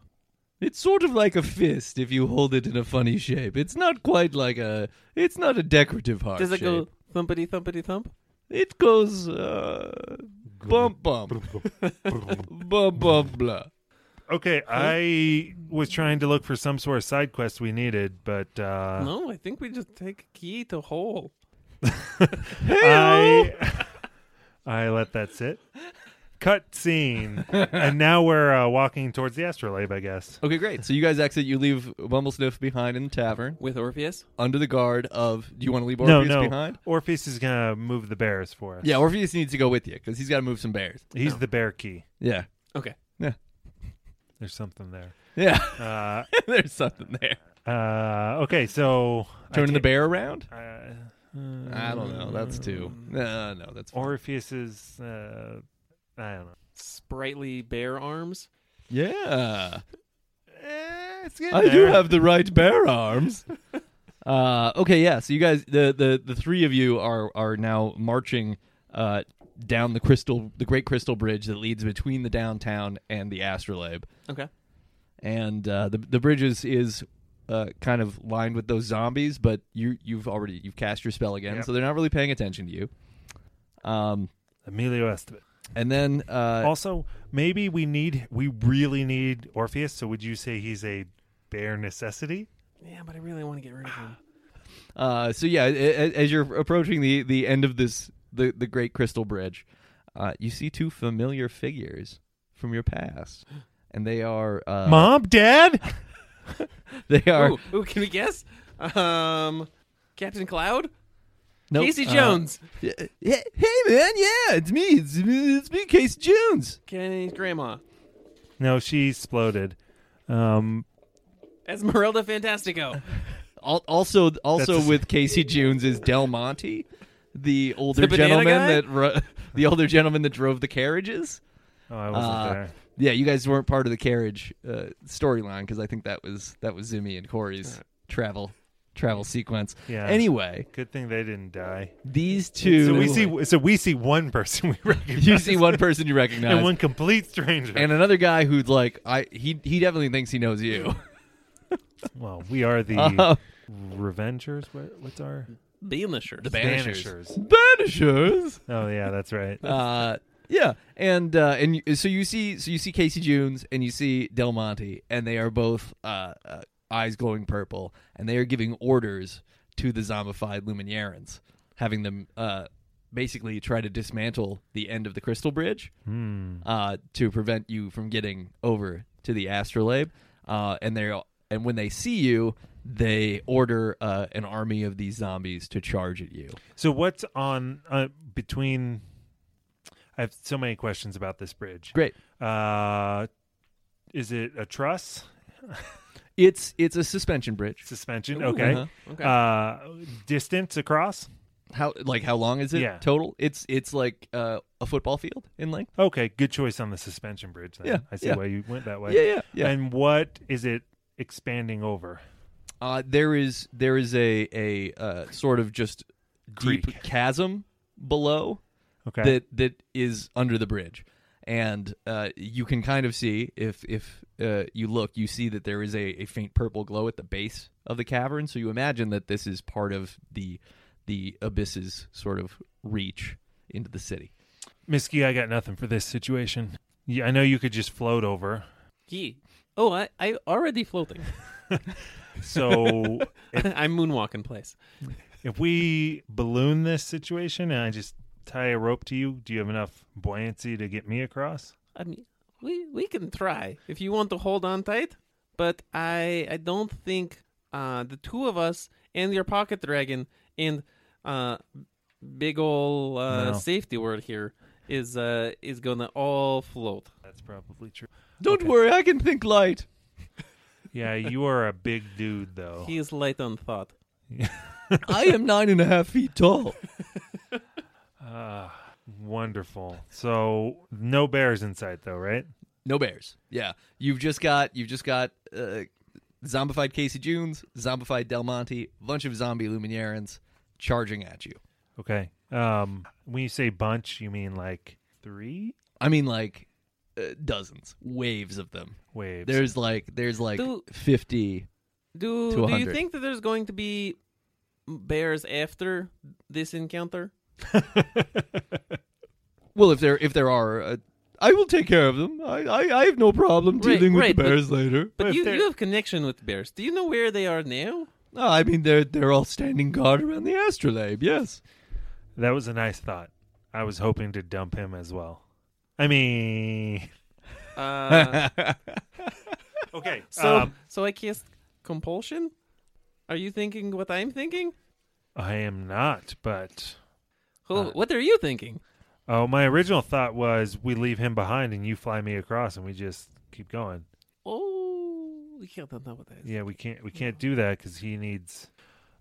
Speaker 1: It's sort of like a fist if you hold it in a funny shape. It's not quite like a. It's not a decorative heart
Speaker 3: Does it
Speaker 1: shape.
Speaker 3: go thumpity thumpity thump?
Speaker 1: It goes uh, bump bump bump bump blah.
Speaker 2: Okay, I was trying to look for some sort of side quest we needed, but uh,
Speaker 3: no, I think we just take key to hole.
Speaker 2: I I let that sit. Cut scene. and now we're uh, walking towards the astrolabe, I guess.
Speaker 1: Okay, great. So you guys exit. You leave Bumblesniff behind in the tavern
Speaker 3: With Orpheus?
Speaker 1: under the guard of. Do you want to leave
Speaker 2: no,
Speaker 1: Orpheus
Speaker 2: no.
Speaker 1: behind?
Speaker 2: Orpheus is gonna move the bears for us.
Speaker 1: Yeah, Orpheus needs to go with you because he's got to move some bears.
Speaker 2: he's the bear key.
Speaker 1: Yeah,
Speaker 3: Okay.
Speaker 2: There's something there.
Speaker 1: yeah.
Speaker 2: Uh,
Speaker 1: There's something there.
Speaker 2: uh, okay, so I
Speaker 1: Turning the
Speaker 2: ta-
Speaker 1: bear around?
Speaker 2: Uh,
Speaker 1: I don't know. That's two.
Speaker 2: Um,
Speaker 1: Uh, no, that's fine.
Speaker 2: Orpheus's. Uh, I don't know.
Speaker 3: Sprightly bear arms.
Speaker 1: yeah.
Speaker 2: Eh, it's getting
Speaker 1: I do
Speaker 2: there.
Speaker 1: have the right bear arms. uh, okay, yeah. So you guys, the, the the three of you are are now marching uh, down the crystal, the Great Crystal Bridge that leads between the downtown and the astrolabe,
Speaker 3: Okay.
Speaker 1: and uh, the the bridge is, is uh, kind of lined with those zombies, but you you've already you've cast your spell again,
Speaker 2: Yep.
Speaker 1: so they're not really paying attention to you. Um,
Speaker 2: Emilio Estevez.
Speaker 1: and then uh,
Speaker 2: also maybe we need we really need orpheus so would you say he's a bare necessity
Speaker 3: Yeah, but I really want to get rid of him.
Speaker 1: Uh, so yeah, a- a- as you're approaching the the end of this the the Great Crystal Bridge, uh, you see two familiar figures from your past, and they are uh,
Speaker 2: mom dad
Speaker 1: They are
Speaker 3: Ooh, ooh, can we guess? Um, Captain Cloud?
Speaker 1: Nope.
Speaker 3: Casey
Speaker 1: Uh,
Speaker 3: Jones.
Speaker 1: yeah, yeah, hey man, yeah, it's me, it's, it's me, Casey Jones.
Speaker 3: Kenny's grandma.
Speaker 2: no she exploded um
Speaker 3: Esmeralda Fantastico.
Speaker 1: Al- Also, also
Speaker 2: That's-
Speaker 1: with Casey Jones is Del Monte, the older
Speaker 3: The banana
Speaker 1: gentleman
Speaker 3: guy?
Speaker 1: that ru- the older gentleman that drove the carriages.
Speaker 2: oh i wasn't
Speaker 1: Uh,
Speaker 2: there
Speaker 1: Yeah, you guys weren't part of the carriage uh, storyline because I think that was that was Zimmy and Corey's travel travel sequence.
Speaker 2: Yeah.
Speaker 1: Anyway,
Speaker 2: Good thing they didn't die.
Speaker 1: these two.
Speaker 2: So we see. So we see one person we recognize.
Speaker 1: You see one person you recognize,
Speaker 2: and one complete stranger.
Speaker 1: and another guy who's like, I he he definitely thinks he knows you.
Speaker 2: well, we are the
Speaker 1: Uh,
Speaker 2: Revengers. What, what's our
Speaker 3: Banishers.
Speaker 1: The Banishers.
Speaker 2: Banishers.
Speaker 1: Banishers.
Speaker 2: Oh yeah, that's right.
Speaker 1: Uh, yeah, and uh, and you- so you see, so you see Casey Jones and you see Del Monte, and they are both uh, uh, eyes glowing purple, and they are giving orders to the zombified Luminarans, having them uh, basically try to dismantle the end of the Crystal Bridge
Speaker 2: Hmm.
Speaker 1: uh, to prevent you from getting over to the astrolabe. Uh, and they and when they see you, they order uh, an army of these zombies to charge at you.
Speaker 2: So what's on uh, between? I have so many questions about this bridge.
Speaker 1: Great.
Speaker 2: Uh, is it a truss
Speaker 1: It's it's a suspension bridge.
Speaker 2: suspension?
Speaker 3: Ooh,
Speaker 2: okay.
Speaker 1: uh-huh.
Speaker 3: Okay.
Speaker 2: Uh, distance across.
Speaker 1: How like how long is it
Speaker 2: Yeah.
Speaker 1: total? It's it's like uh, a football field in length.
Speaker 2: Okay, good choice on the suspension bridge. Then.
Speaker 1: Yeah,
Speaker 2: I see
Speaker 1: yeah.
Speaker 2: why you went that way.
Speaker 1: Yeah, yeah, yeah.
Speaker 2: And what is it expanding over?
Speaker 1: uh, there is there is a a uh, sort of just
Speaker 2: Creek.
Speaker 1: deep chasm below
Speaker 2: Okay.
Speaker 1: that that is under the bridge, and uh, you can kind of see if if uh, you look, you see that there is a, a faint purple glow at the base of the cavern. So you imagine that this is part of the the abyss's sort of reach into the city.
Speaker 2: Miski, I got nothing for this situation. Yeah, I know you could just float over.
Speaker 3: Gee. Oh, I I already floating.
Speaker 2: So
Speaker 3: I'm moonwalking place.
Speaker 2: if we balloon this situation and I just tie a rope to you, do you have enough buoyancy to get me across?
Speaker 3: I mean, we we can try if you want to hold on tight, but I I don't think uh the two of us and your pocket dragon and uh big ol uh
Speaker 2: No.
Speaker 3: safety word here is uh is gonna all float.
Speaker 2: That's probably true.
Speaker 1: Don't
Speaker 2: Okay.
Speaker 1: worry, I can think light.
Speaker 2: Yeah, you are a big dude though.
Speaker 3: He is light on thought.
Speaker 1: I am nine and a half feet tall.
Speaker 2: Ah, wonderful. So no bears in sight though, right?
Speaker 1: No bears. Yeah, you've just got you've just got uh, zombified Casey Jones, zombified Del Monte, bunch of zombie Luminarans charging at you.
Speaker 2: Okay. Um when you say bunch, you mean like three
Speaker 1: I mean, like uh, dozens, waves of them.
Speaker 2: waves?
Speaker 1: There's like there's like
Speaker 3: Do-
Speaker 1: fifty.
Speaker 3: Do
Speaker 1: To
Speaker 3: do you
Speaker 1: 100.
Speaker 3: think that there's going to be bears after this encounter?
Speaker 1: Well, if there if there are, uh, I will take care of them. I I, I have no problem
Speaker 3: Right,
Speaker 1: dealing with
Speaker 3: right,
Speaker 1: the
Speaker 3: but-
Speaker 1: bears later.
Speaker 3: But
Speaker 2: Well, if
Speaker 3: you,
Speaker 2: they're-
Speaker 3: you have connection with bears. Do you know where they are now?
Speaker 1: No, I mean they're they're all standing guard around the astrolabe. Yes.
Speaker 2: That was a nice thought. I was hoping to dump him as well. I mean,
Speaker 3: Uh,
Speaker 2: okay.
Speaker 3: so
Speaker 2: um,
Speaker 3: so I cast compulsion. Are you thinking what I'm thinking?
Speaker 2: I am not, but
Speaker 3: Who,
Speaker 2: Uh,
Speaker 3: what are you thinking?
Speaker 2: oh, my original thought was we leave him behind and you fly me across and we just keep going.
Speaker 3: Oh, yeah, I don't know what that is.
Speaker 2: Yeah, we can't we can't do that because he needs.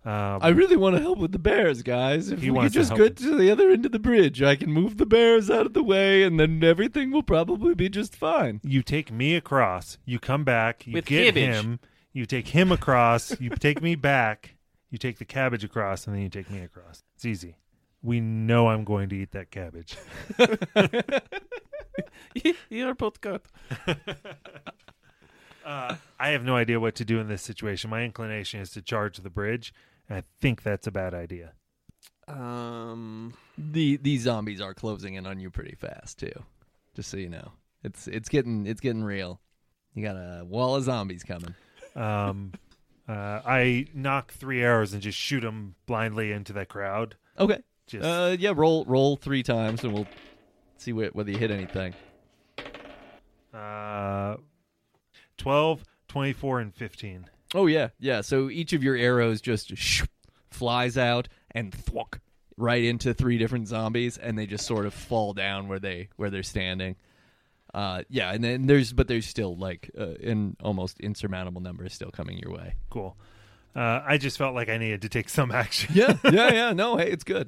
Speaker 2: Um,
Speaker 1: I really want to help with the bears, guys. If
Speaker 2: He
Speaker 1: we could
Speaker 2: wants to
Speaker 1: just
Speaker 2: help
Speaker 1: get
Speaker 2: with-
Speaker 1: to the other end of the bridge, I can move the bears out of the way, and then everything will probably be just fine.
Speaker 2: you take me across. You come back. You
Speaker 3: With
Speaker 2: get
Speaker 3: cabbage.
Speaker 2: him. You take him across. you take me back. You take the cabbage across, and then you take me across. It's easy. We know I'm going to eat that cabbage.
Speaker 3: You're both good.
Speaker 2: Uh, I have no idea what to do in this situation. My inclination is to charge the bridge, and I think that's a bad idea.
Speaker 3: Um,
Speaker 1: The these zombies are closing in on you pretty fast too. Just so you know, it's it's getting it's getting real. You got a wall of zombies coming.
Speaker 2: Um, uh, I knock three arrows and just shoot them blindly into the crowd.
Speaker 1: Okay.
Speaker 2: Just
Speaker 1: Uh, yeah. Roll roll three times, and we'll see wh- whether you hit anything.
Speaker 2: uh, 12, 24, and 15.
Speaker 1: Oh yeah, yeah. So each of your arrows just shoop, flies out and thwunk right into three different zombies, and they just sort of fall down where they where they're standing. Uh, yeah, and then there's but there's still like uh, an almost insurmountable number is still coming your way.
Speaker 2: Cool. Uh, I just felt like I needed to take some action.
Speaker 1: Yeah, yeah, yeah. No, hey, it's good.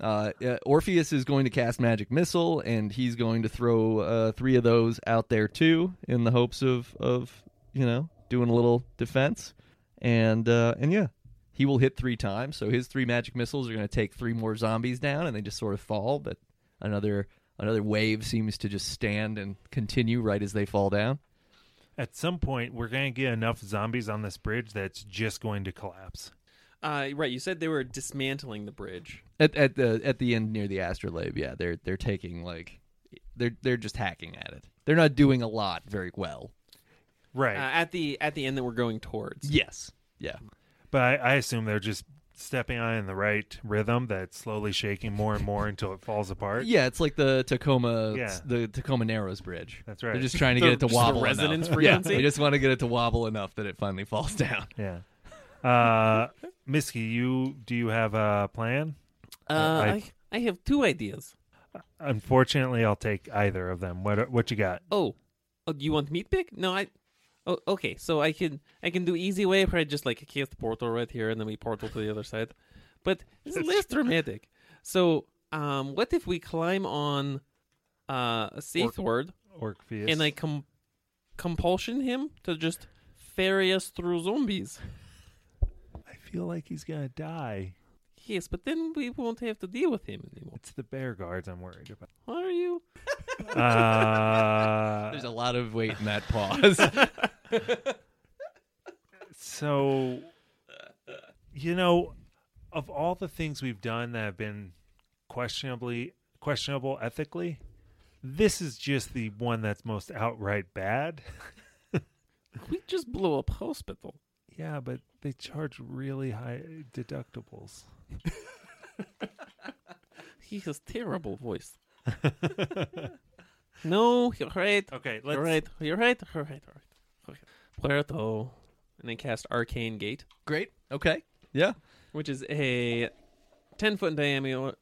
Speaker 1: Uh, yeah, Orpheus is going to cast magic missile, and he's going to throw uh, three of those out there too, in the hopes of of you know doing a little defense. And uh, and yeah, He will hit three times, so his three magic missiles are going to take three more zombies down, and they just sort of fall. But another another wave seems to just stand and continue right as they fall down.
Speaker 2: At some point, we're going to get enough zombies on this bridge that's just going to collapse.
Speaker 3: Uh, right, you said they were dismantling the bridge.
Speaker 1: At, at the at the end near the astrolabe, yeah, they're they're taking like they're they're just hacking at it. They're not doing a lot very well.
Speaker 2: Right.
Speaker 3: Uh, at the at the end that we're going towards.
Speaker 1: Yes. Yeah.
Speaker 2: but I, I assume they're just stepping on it in the right rhythm that's slowly shaking more and more until it falls apart.
Speaker 1: Yeah, it's like the Tacoma
Speaker 2: Yeah.
Speaker 1: the Tacoma Narrows Bridge.
Speaker 2: That's right.
Speaker 1: They're just trying to
Speaker 3: The-
Speaker 1: get it to
Speaker 3: just the
Speaker 1: wobble
Speaker 3: resonance
Speaker 1: enough.
Speaker 3: frequency?
Speaker 1: Yeah, they just want to get it to wobble enough that it finally falls down.
Speaker 2: Yeah. Uh, Misky, you do you have a plan?
Speaker 3: Uh,
Speaker 2: I-
Speaker 3: I, I have two ideas.
Speaker 2: Unfortunately, I'll take either of them. What what you got?
Speaker 3: Oh, oh, do you want meat pick? No, I. Oh, okay. So I can I can do easy way where I just like cast portal right here and then we portal to the other side, but it's less dramatic. So, um, what if we climb on, uh, a safe word
Speaker 2: Orcpheus.
Speaker 3: and I com- compulsion him to just ferry us through zombies?
Speaker 2: I feel like he's gonna die.
Speaker 3: Yes, but then we won't have to deal with him anymore.
Speaker 2: It's the bear guards I'm worried about.
Speaker 3: What are you?
Speaker 2: Uh,
Speaker 1: There's a lot of weight in that pause.
Speaker 2: so, you know, of all the things we've done that have been questionably questionable ethically, this is just the one that's most outright bad.
Speaker 3: We just blow up hospital.
Speaker 2: Yeah, but they charge really high deductibles.
Speaker 3: He has terrible voice. no, you're right.
Speaker 2: Okay, let's
Speaker 3: You're right. You're right. You're right. You're right. Okay. Puerto. And then cast Arcane Gate,
Speaker 1: Great. Okay. Yeah.
Speaker 3: which is a 10 foot in diameter,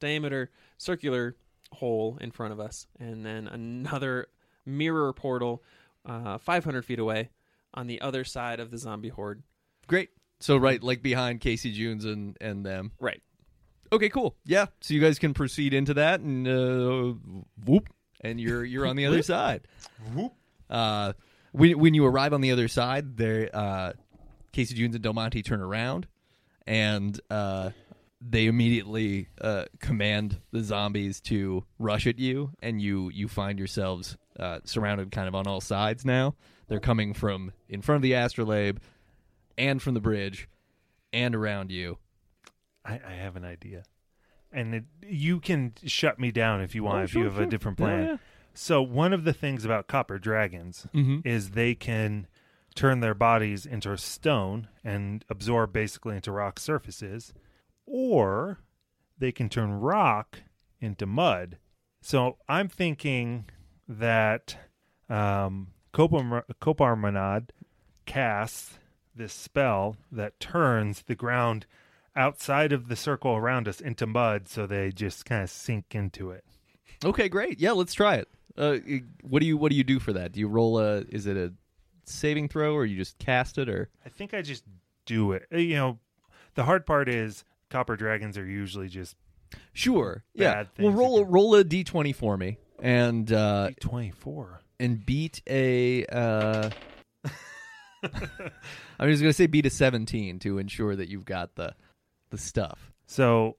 Speaker 3: diameter circular hole in front of us. And then another mirror portal uh, 500 feet away on the other side of the zombie horde.
Speaker 1: Great. So right, like behind Casey Junes and and them.
Speaker 3: Right.
Speaker 1: Okay, cool. Yeah. So you guys can proceed into that and uh, whoop, and you're you're on the other side.
Speaker 2: Whoop.
Speaker 1: Uh, when when you arrive on the other side, there, uh, Casey Jones and Del Monte turn around, and uh, they immediately uh, command the zombies to rush at you, and you you find yourselves uh, surrounded kind of on all sides. Now they're coming from in front of the astrolabe, and from the bridge, and around you.
Speaker 2: I, I have an idea, and it, you can shut me down if you want.
Speaker 1: Oh,
Speaker 2: if
Speaker 1: sure,
Speaker 2: you have
Speaker 1: sure.
Speaker 2: a different
Speaker 1: Yeah,
Speaker 2: plan.
Speaker 1: yeah.
Speaker 2: So one of the things about copper dragons
Speaker 1: Mhm.
Speaker 2: is they can turn their bodies into stone and absorb basically into rock surfaces, or they can turn rock into mud. So I'm thinking that um, Copam- Coparmonad casts this spell that turns the ground outside of the circle around us into mud, so they just kind of sink into it.
Speaker 1: Okay, great. Yeah, let's try it. Uh, i- what do you what do you do for that? Do you roll a? Is it a saving throw, or you just cast it, or?
Speaker 2: I think I just do it. Uh, You know, the hard part is copper dragons are usually just
Speaker 1: Sure. Yeah.
Speaker 2: bad
Speaker 1: Well,
Speaker 2: things
Speaker 1: roll a,
Speaker 2: again.
Speaker 1: roll a d twenty for me, and uh,
Speaker 2: twenty four.
Speaker 1: and beat a. Uh, I'm just gonna say beat a seventeen to ensure that you've got the the stuff.
Speaker 2: So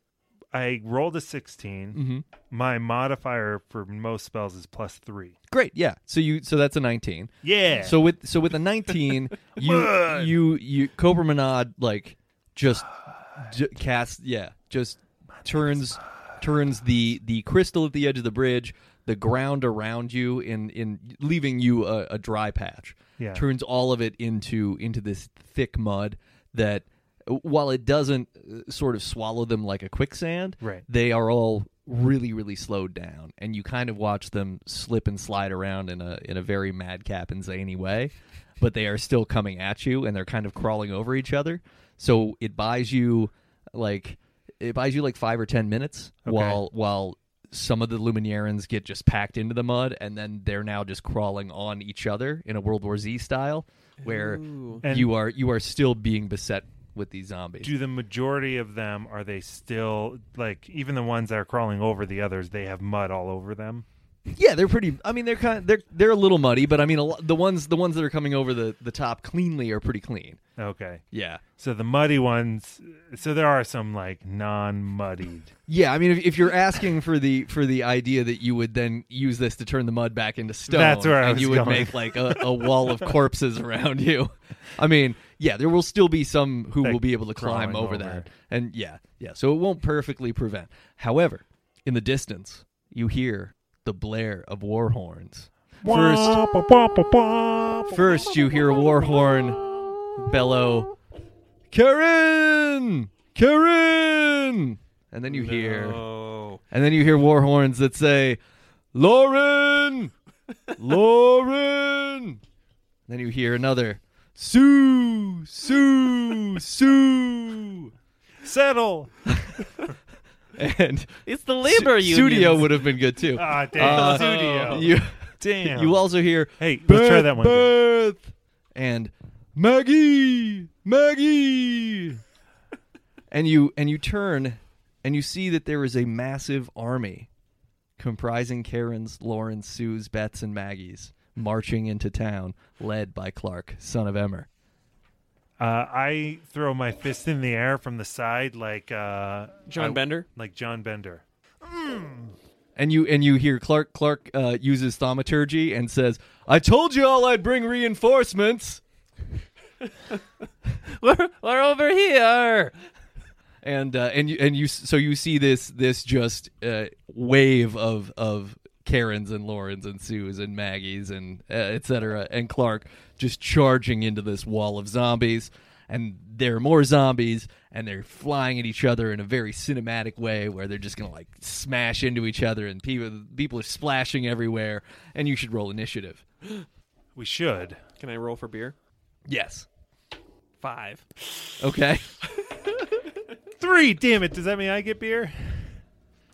Speaker 2: I rolled a 16
Speaker 1: Mm-hmm.
Speaker 2: My modifier for most spells is plus three.
Speaker 1: Great. Yeah. So you so that's a nineteen.
Speaker 2: Yeah.
Speaker 1: So with so with a nineteen, you
Speaker 2: Mud.
Speaker 1: you you Cobra Monad like just j- cast yeah just turns turns the the crystal at the edge of the bridge the ground around you in in leaving you a, a dry patch
Speaker 2: Yeah.
Speaker 1: turns all of it into into this thick mud that uh, while it doesn't uh, sort of swallow them like a quicksand
Speaker 2: Right.
Speaker 1: they are all really really slowed down and you kind of watch them slip and slide around in a in a very madcap and zany way but they are still coming at you and they're kind of crawling over each other so it buys you like it buys you like 5 or 10 minutes
Speaker 2: Okay.
Speaker 1: while while some of the Luminarians get just packed into the mud, and then they're now just crawling on each other in a World War Z style, where
Speaker 3: Ooh.
Speaker 2: And-
Speaker 1: you are you are still being beset with these zombies.
Speaker 2: do the majority of them are they still like even the ones that are crawling over the others they have mud all over them
Speaker 1: Yeah, they're pretty. I mean, they're kind. they're they're a little muddy, but I mean, a lo- the ones the ones that are coming over the the top cleanly are pretty clean.
Speaker 2: Okay.
Speaker 1: Yeah.
Speaker 2: So the muddy ones. So there are some like non-muddied.
Speaker 1: Yeah, I mean, if, if you're asking for the for the idea that you would then use this to turn the mud back into stone,
Speaker 2: That's where I
Speaker 1: and
Speaker 2: was
Speaker 1: you would
Speaker 2: going.
Speaker 1: make like a, a wall of corpses around you. I mean, yeah, there will still be some who
Speaker 2: Like
Speaker 1: will be able to climb
Speaker 2: crawling
Speaker 1: over,
Speaker 2: over.
Speaker 1: that, and yeah, yeah. So it won't perfectly prevent. However, in the distance, you hear the blare of war horns. First, first you hear a war horn bellow, Karen, Karen, and then you hear.
Speaker 3: Oh,
Speaker 1: And then you hear war horns that say, Lauren! Lauren! Then you hear another, Sue! Sue! Sue!
Speaker 2: settle.
Speaker 1: And
Speaker 3: it's the labor
Speaker 1: Su-
Speaker 3: union.
Speaker 1: studio would have been good too.
Speaker 2: Ah, damn.
Speaker 1: Uh,
Speaker 2: studio.
Speaker 1: You,
Speaker 2: damn.
Speaker 1: you also hear,
Speaker 2: Hey, let's try that one. again.
Speaker 1: Beth! And Maggie! Maggie! and you and you turn and you see that there is a massive army comprising Karen's, Lauren's, Sue's, Beth's, and Maggie's marching into town, led by Clark, son of Emmer.
Speaker 2: Uh, I throw my fist in the air from the side, like uh, I-
Speaker 3: John Bender.
Speaker 2: like John Bender.
Speaker 1: And you and you hear Clark Clark uh, uses thaumaturgy and says, "I told you all I'd bring reinforcements."
Speaker 3: We're, we're over here.
Speaker 1: and uh, and you and you so you see this this just uh, wave of of Karens and Laurens and Sues and Maggies and uh, et cetera and Clark just charging into this wall of zombies and there are more zombies and they're flying at each other in a very cinematic way where they're just gonna like smash into each other and people people are splashing everywhere and you should roll initiative.
Speaker 2: We should.
Speaker 3: Can I roll for beer?
Speaker 1: Yes.
Speaker 3: Five.
Speaker 1: Okay.
Speaker 2: Three. Damn it. Does that mean I get beer?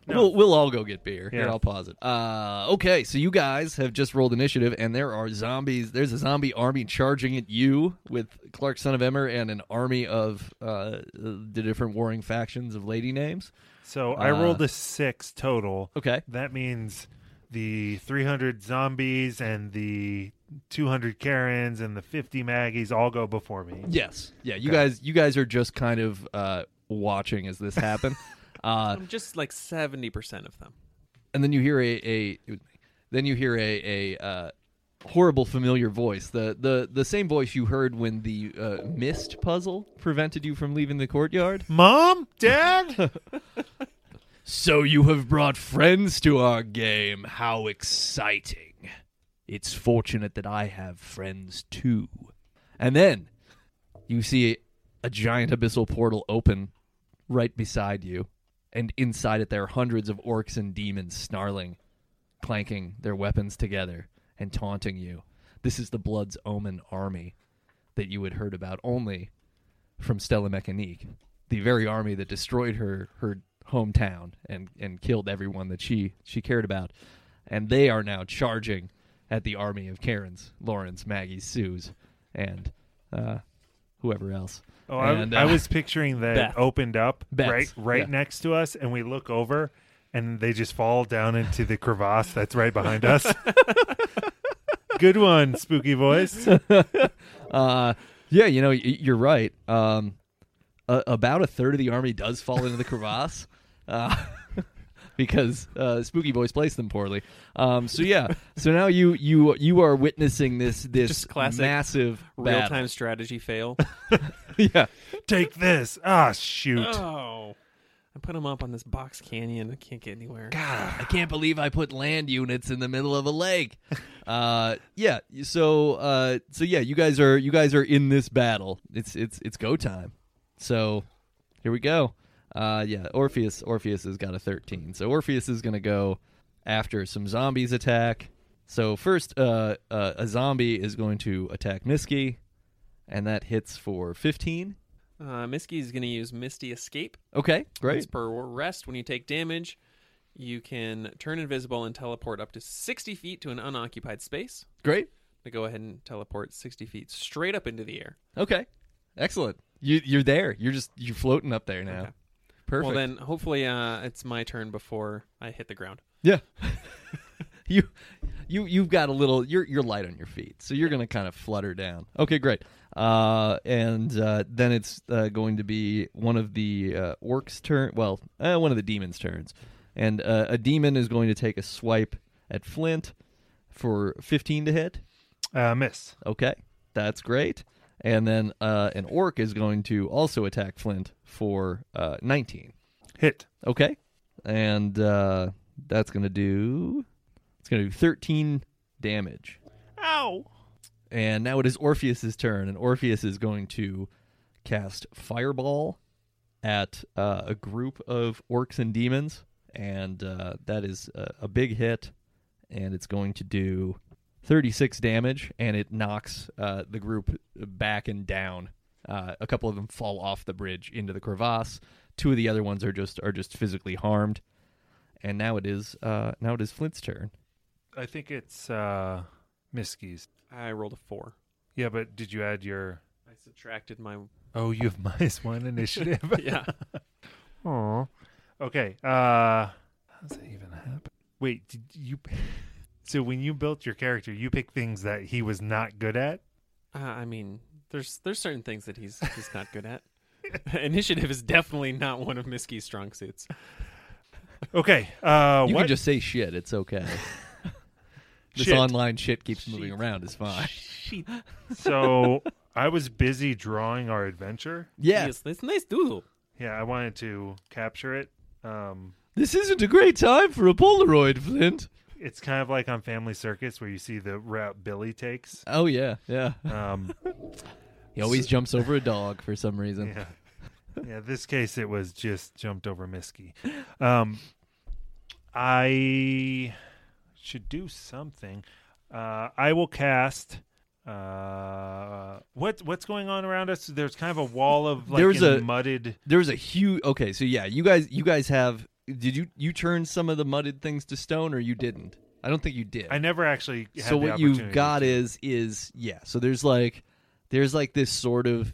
Speaker 2: No.
Speaker 1: We'll, we'll all go get beer. Here,
Speaker 2: Yeah.
Speaker 1: I'll pause it. Uh, okay, so you guys have just rolled initiative, and there are zombies. There's a zombie army charging at you with Clark, son of Emmer, and an army of uh, the different warring factions of lady names.
Speaker 2: So I
Speaker 1: Uh,
Speaker 2: rolled a six total.
Speaker 1: Okay.
Speaker 2: That means the 300 zombies and the 200 Karens and the 50 Maggies all go before me.
Speaker 1: Yes. Yeah. You
Speaker 2: Okay.
Speaker 1: guys. You guys are just kind of uh, watching as this happen, uh,
Speaker 3: I'm just like seventy percent of them.
Speaker 1: and then you hear a, a then you hear a a uh, horrible familiar voice. The the the same voice you heard when the uh, mist puzzle prevented you from leaving the courtyard.
Speaker 2: Mom? Dad?
Speaker 1: So you have brought friends to our game. How exciting. It's fortunate that I have friends too. And then you see a giant abyssal portal open right beside you, and inside it there are hundreds of orcs and demons snarling, clanking their weapons together, and taunting you. This is the Blood's Omen army that you had heard about only from Stella Mechanique, the very army that destroyed her her hometown and and killed everyone that she she cared about, and they are now charging at the army of Karens, Lawrence, Maggie, Sue's, and uh, whoever else.
Speaker 2: Oh, I,
Speaker 1: And,
Speaker 2: I
Speaker 1: uh,
Speaker 2: was picturing that
Speaker 3: Beth.
Speaker 2: opened up
Speaker 1: Beth,
Speaker 2: right right
Speaker 1: yeah.
Speaker 2: next to us, and we look over, and they just fall down into the crevasse that's right behind us. Good one, spooky voice.
Speaker 1: Uh, yeah, you know y- you're right. Um, a- about a third of the army does fall into the crevasse. Uh, Because uh, Spooky Boys placed them poorly, um, so yeah. So now you you you are witnessing this this
Speaker 3: Just classic
Speaker 1: massive battle.
Speaker 3: Real time strategy fail.
Speaker 1: yeah.
Speaker 2: Take this. Ah, shoot.
Speaker 3: oh, I put them up on this box canyon. I can't get anywhere.
Speaker 1: I can't believe I put land units in the middle of a lake. Uh, yeah. So, uh, so yeah, you guys are you guys are in this battle. It's it's it's go time. So, here we go. Uh, yeah, Orpheus Orpheus has got a thirteen. So Orpheus is gonna go after some zombies attack. So first, uh, uh, a zombie is going to attack Miski, and that hits for fifteen.
Speaker 3: Uh, Miski's going to use Misty Escape.
Speaker 1: Okay,
Speaker 3: It's
Speaker 1: great.
Speaker 3: per rest. When you take damage, you can turn invisible and teleport up to 60 feet to an unoccupied space.
Speaker 1: Great.
Speaker 3: To go ahead and teleport 60 feet straight up into the air.
Speaker 1: Okay, excellent. You you're there. You're just you're floating up there now.
Speaker 3: Okay.
Speaker 1: Perfect.
Speaker 3: Well, then hopefully uh, it's my turn before I hit the ground.
Speaker 1: yeah. you you you've got a little you're you're light on your feet so you're gonna kind of flutter down okay great uh and uh then it's uh, going to be one of the uh, orcs turn well uh, one of the demons turns and uh, a demon is going to take a swipe at flint for 15 to hit
Speaker 2: Uh, miss.
Speaker 1: okay that's great and then uh an orc is going to also attack flint for uh 19
Speaker 2: Hit.
Speaker 1: Okay. And uh, that's going to do. It's going to do 13 damage.
Speaker 2: Ow.
Speaker 1: And now it is Orpheus's turn, and Orpheus is going to cast Fireball at uh, a group of orcs and demons. And uh, that is a, a big hit, and it's going to do 36 damage, and it knocks uh, the group back and down. Uh, a couple of them fall off the bridge into the crevasse. Two of the other ones are just are just physically harmed. And now it is uh, now it is Flint's turn.
Speaker 2: I think it's uh, Miskies.
Speaker 3: I rolled a four.
Speaker 2: Yeah, but did you add your?
Speaker 3: I subtracted my.
Speaker 2: Oh, you have minus one initiative.
Speaker 3: Yeah.
Speaker 2: Aw. Okay. Uh how's that even happen? Wait, did you So when you built your character, you picked things that he was not good at?
Speaker 3: Uh, I mean, there's there's certain things that he's he's not good at. Initiative is definitely not one of Miski's strong suits.
Speaker 2: Okay. Uh
Speaker 1: You
Speaker 2: what?
Speaker 1: can just say shit. It's okay. this
Speaker 2: Shit.
Speaker 1: online shit keeps moving around. It's fine.
Speaker 2: so I was busy drawing our adventure.
Speaker 1: Yeah,
Speaker 3: Yes, that's a nice doodle.
Speaker 2: Yeah, I wanted to capture it. Um
Speaker 1: this isn't a great time for a Polaroid, Flint.
Speaker 2: it's kind of like on Family Circus where you see the route Billy takes.
Speaker 1: Oh yeah, yeah.
Speaker 2: Um
Speaker 1: He always jumps over a dog for some reason.
Speaker 2: yeah. Yeah, this case it was just jumped over Miski. Um I should do something. Uh I will cast uh what what's going on around us? There's kind of a wall of like
Speaker 1: There's a-
Speaker 2: mudded
Speaker 1: There was a huge. Okay, so yeah, you guys, you guys have. Did you you turn some of the mudded things to stone, or you didn't? I don't think you did.
Speaker 2: I never actually had
Speaker 1: so
Speaker 2: the
Speaker 1: what
Speaker 2: opportunity
Speaker 1: you've got
Speaker 2: to.
Speaker 1: is is yeah so there's like there's like this sort of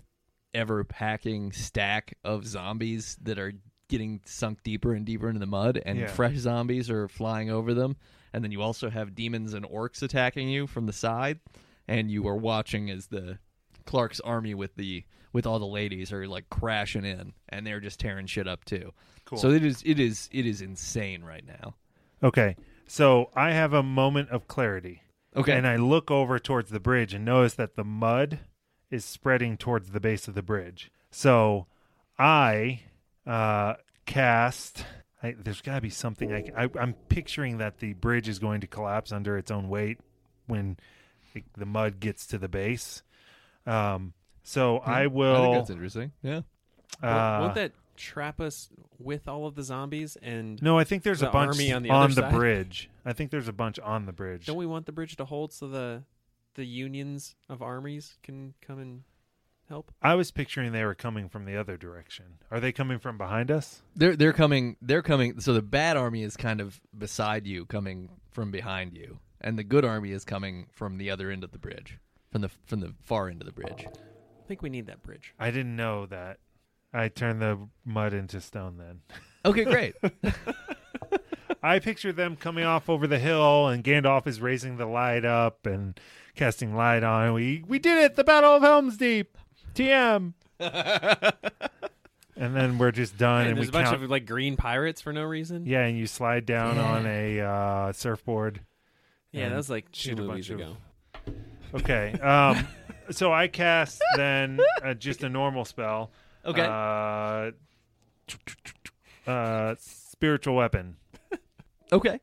Speaker 1: ever packing stack of zombies that are getting sunk deeper and deeper into the mud and
Speaker 2: Yeah.
Speaker 1: fresh zombies are flying over them and then you also have demons and orcs attacking you from the side and you are watching as the Clark's army with the with all the ladies are like crashing in and they're just tearing shit up too.
Speaker 2: Cool.
Speaker 1: So it is it is it is insane right now.
Speaker 2: Okay. So I have a moment of clarity.
Speaker 1: Okay.
Speaker 2: And I look over towards the bridge and notice that the mud is spreading towards the base of the bridge. So I uh, cast. I, there's got to be something. I, can- I, I'm picturing that the bridge is going to collapse under its own weight when it, the mud gets to the base. Um, so
Speaker 3: Hmm.
Speaker 2: I will.
Speaker 1: Hmm. I think that's interesting. Yeah.
Speaker 3: Won't-
Speaker 2: uh,
Speaker 3: Won't that trap us with all of the zombies? And
Speaker 2: no, I think there's
Speaker 3: the
Speaker 2: a bunch
Speaker 3: army on the
Speaker 2: on
Speaker 3: other
Speaker 2: the
Speaker 3: side?
Speaker 2: bridge. I think there's a bunch on the bridge.
Speaker 3: don't we want the bridge to hold so the the unions of armies can come and help?
Speaker 2: I was picturing they were coming from the other direction. Are they coming from behind us?
Speaker 1: They're they're coming they're coming so the bad army is kind of beside you coming from behind you and the good army is coming from the other end of the bridge from the from the far end of the bridge.
Speaker 3: I think we need that bridge.
Speaker 2: I didn't know that. I turned the mud into stone then.
Speaker 1: Okay, great.
Speaker 2: I picture them coming off over the hill and Gandalf is raising the light up and casting light on. We we did it, the Battle of Helm's Deep. TM. and then we're just done
Speaker 3: And,
Speaker 2: and, we
Speaker 3: there's a bunch
Speaker 2: count.
Speaker 3: of like green pirates for no reason.
Speaker 2: yeah, and you slide down on a uh, surfboard.
Speaker 3: yeah that was like two
Speaker 2: shoot a
Speaker 3: movies
Speaker 2: bunch of-
Speaker 3: ago.
Speaker 2: Okay. Um so I cast then uh, just a normal spell.
Speaker 1: Okay.
Speaker 2: Uh, uh, spiritual weapon.
Speaker 1: okay.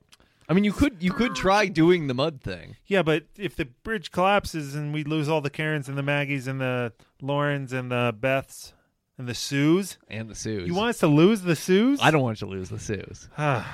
Speaker 1: I mean you could you could try doing the mud thing.
Speaker 2: Yeah, but if the bridge collapses and we lose all the Karens and the Maggies and the Laurens and the Beths and the Sues,
Speaker 1: And the Sioux.
Speaker 2: you want us to lose the Sues?
Speaker 1: I don't want you to lose the Sioux.
Speaker 2: so I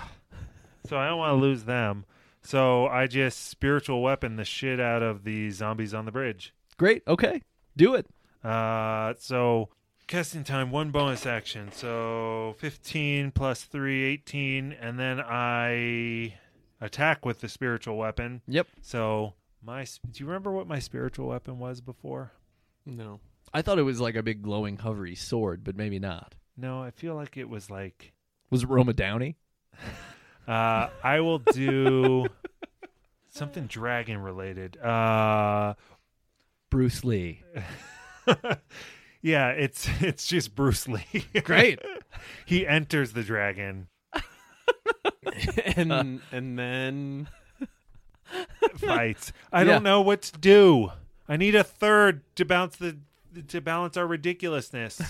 Speaker 2: don't want to lose them. So I just spiritual weapon the shit out of the zombies on the bridge.
Speaker 1: Great, okay. Do it.
Speaker 2: Uh, so casting time, one bonus action. So 15 plus 3, 18. And then I attack with the spiritual weapon.
Speaker 1: Yep.
Speaker 2: So my, sp- do you remember what my spiritual weapon was before?
Speaker 3: No.
Speaker 1: I thought it was like a big glowing hovery sword, but maybe not.
Speaker 2: No, I feel like it was like
Speaker 1: Was it Roma Downey?
Speaker 2: uh, I will do. Something dragon related. Uh,
Speaker 1: Bruce Lee.
Speaker 2: yeah, it's it's just Bruce Lee.
Speaker 1: Great.
Speaker 2: he enters the dragon,
Speaker 3: and and then
Speaker 2: fights. I
Speaker 1: Yeah.
Speaker 2: don't know what to do. I need a third to bounce the to balance our ridiculousness.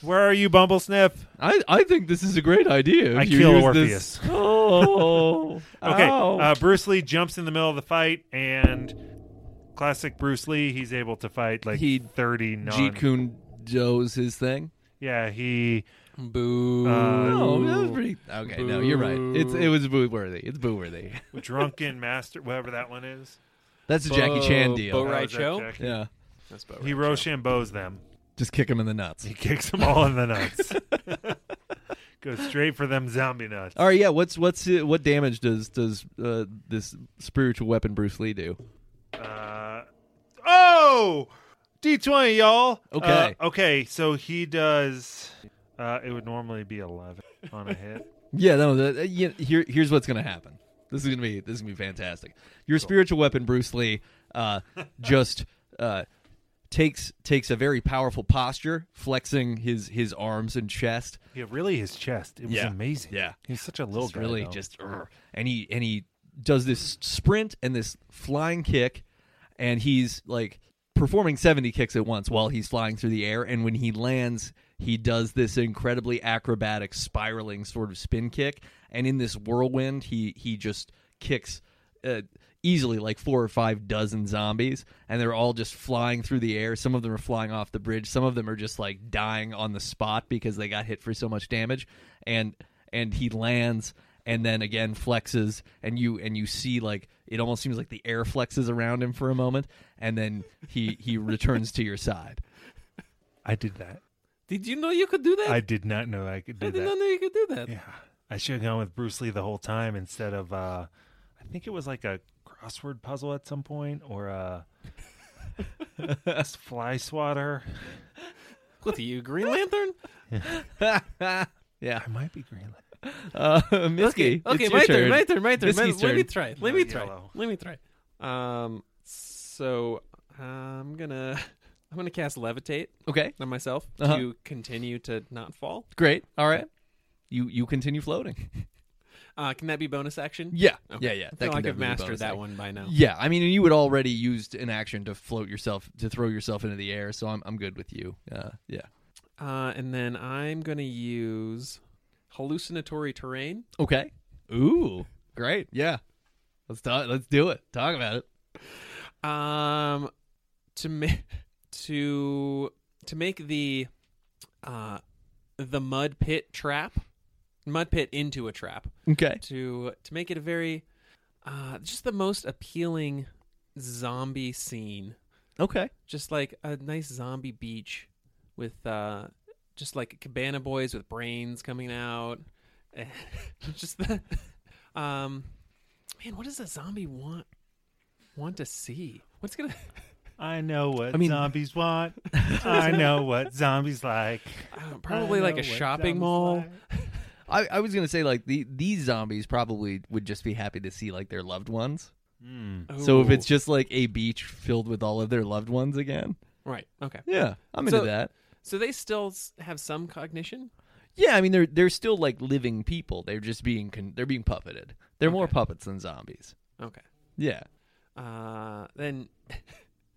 Speaker 2: Where are you, Bumble Sniff?
Speaker 1: I, I think this is a great idea.
Speaker 2: I
Speaker 1: if you
Speaker 2: kill
Speaker 1: use
Speaker 2: Orpheus.
Speaker 1: This... Oh.
Speaker 2: Okay,
Speaker 1: ow.
Speaker 2: uh, Bruce Lee jumps in the middle of the fight, and classic Bruce Lee, he's able to fight like
Speaker 1: He
Speaker 2: thirty non.
Speaker 1: Jeet Kune Do's his thing.
Speaker 2: Yeah, he
Speaker 3: boo.
Speaker 2: Uh,
Speaker 1: Oh, that was pretty. Okay, no, you're right. It's it was boo worthy. It's boo worthy.
Speaker 2: drunken master, whatever that one is.
Speaker 1: That's a Jackie Chan deal.
Speaker 2: Oh,
Speaker 3: Bo Right
Speaker 2: is that
Speaker 3: Show?
Speaker 2: Jack-
Speaker 1: Yeah,
Speaker 3: That's about
Speaker 2: He
Speaker 3: right.
Speaker 2: Rochambeau's them.
Speaker 1: just kick him in the nuts.
Speaker 2: He kicks them all in the nuts. Goes straight for them zombie nuts.
Speaker 1: All right, yeah. What's what's uh, what damage does does uh, this spiritual weapon Bruce Lee do?
Speaker 2: Uh, oh, D twenty, y'all.
Speaker 1: Okay.
Speaker 2: Uh, okay, so he does. Uh, it would normally be eleven on a hit.
Speaker 1: Yeah, no. The, uh, yeah, here here's what's gonna happen. This is gonna be this is gonna be fantastic. Your spiritual weapon Bruce Lee uh, just uh, takes takes a very powerful posture, flexing his his arms and chest.
Speaker 2: Yeah, really, his chest. It was
Speaker 1: Yeah.
Speaker 2: amazing.
Speaker 1: Yeah.
Speaker 2: he's such a little
Speaker 1: It's
Speaker 2: guy.
Speaker 1: really
Speaker 2: though.
Speaker 1: just "Urgh." and he and he does this sprint and this flying kick and he's like performing 70 kicks at once while he's flying through the air and when he lands he does this incredibly acrobatic spiraling sort of spin kick and in this whirlwind he he just kicks uh, easily like four or five dozen zombies and they're all just flying through the air some of them are flying off the bridge some of them are just like dying on the spot because they got hit for so much damage and and he lands and then again flexes and you and you see like it almost seems like the air flexes around him for a moment and then he he returns to your side
Speaker 2: I did that.
Speaker 3: Did you know you could do that?
Speaker 2: I did not know I could
Speaker 3: I
Speaker 2: do
Speaker 3: did not
Speaker 2: that.
Speaker 3: know you could do that.
Speaker 2: Yeah, I should have gone with Bruce Lee the whole time instead of. uh I think it was like a crossword puzzle at some point, or a fly swatter.
Speaker 3: What are you, Green Lantern?
Speaker 1: yeah
Speaker 2: I might be green.
Speaker 1: uh Mitski,
Speaker 3: okay, okay,
Speaker 1: it's your
Speaker 3: my
Speaker 1: turn.
Speaker 3: turn, my turn, my turn, my
Speaker 1: Miski's
Speaker 3: Let me
Speaker 1: turn.
Speaker 3: try. Let
Speaker 2: No
Speaker 3: me try.
Speaker 2: yellow.
Speaker 3: Let me try. Um, so I'm gonna I'm gonna cast levitate
Speaker 1: okay
Speaker 3: on myself
Speaker 1: Uh-huh.
Speaker 3: to continue to not fall.
Speaker 1: great all right you you continue floating
Speaker 3: Uh, can that be bonus action?
Speaker 1: yeah
Speaker 3: Okay.
Speaker 1: yeah yeah
Speaker 3: I feel like I've
Speaker 1: definitely be
Speaker 3: mastered
Speaker 1: bonus
Speaker 3: that
Speaker 1: action.
Speaker 3: one by now.
Speaker 1: yeah i mean and you had already used an action to float yourself to throw yourself into the air so i'm, I'm good with you uh yeah
Speaker 3: Uh, and then I'm gonna use hallucinatory terrain.
Speaker 1: okay ooh great yeah let's talk let's do it talk about it
Speaker 3: Um, to make to to make the uh the mud pit trap, mud pit into a trap.
Speaker 1: okay
Speaker 3: to to make it a very uh just the most appealing zombie scene
Speaker 1: okay
Speaker 3: just like a nice zombie beach with uh just like cabana boys with brains coming out and just the um man what does a zombie want want to see what's gonna
Speaker 2: I know what
Speaker 1: I mean-
Speaker 2: zombies want. I know what zombies like.
Speaker 3: I don't know, probably like a shopping mall
Speaker 1: I, I was gonna say like the these zombies probably would just be happy to see like their loved ones.
Speaker 2: Hmm.
Speaker 1: So if
Speaker 3: Ooh.
Speaker 1: it's just like a beach filled with all of their loved ones again,
Speaker 3: right okay
Speaker 1: yeah, I'm into
Speaker 3: So-
Speaker 1: that.
Speaker 3: so they still s- have some cognition
Speaker 1: Yeah, I mean they're they're still like living people. They're just being con- they're being puppeted. They're more
Speaker 3: Okay.
Speaker 1: puppets than zombies.
Speaker 3: okay
Speaker 1: Yeah,
Speaker 3: uh, then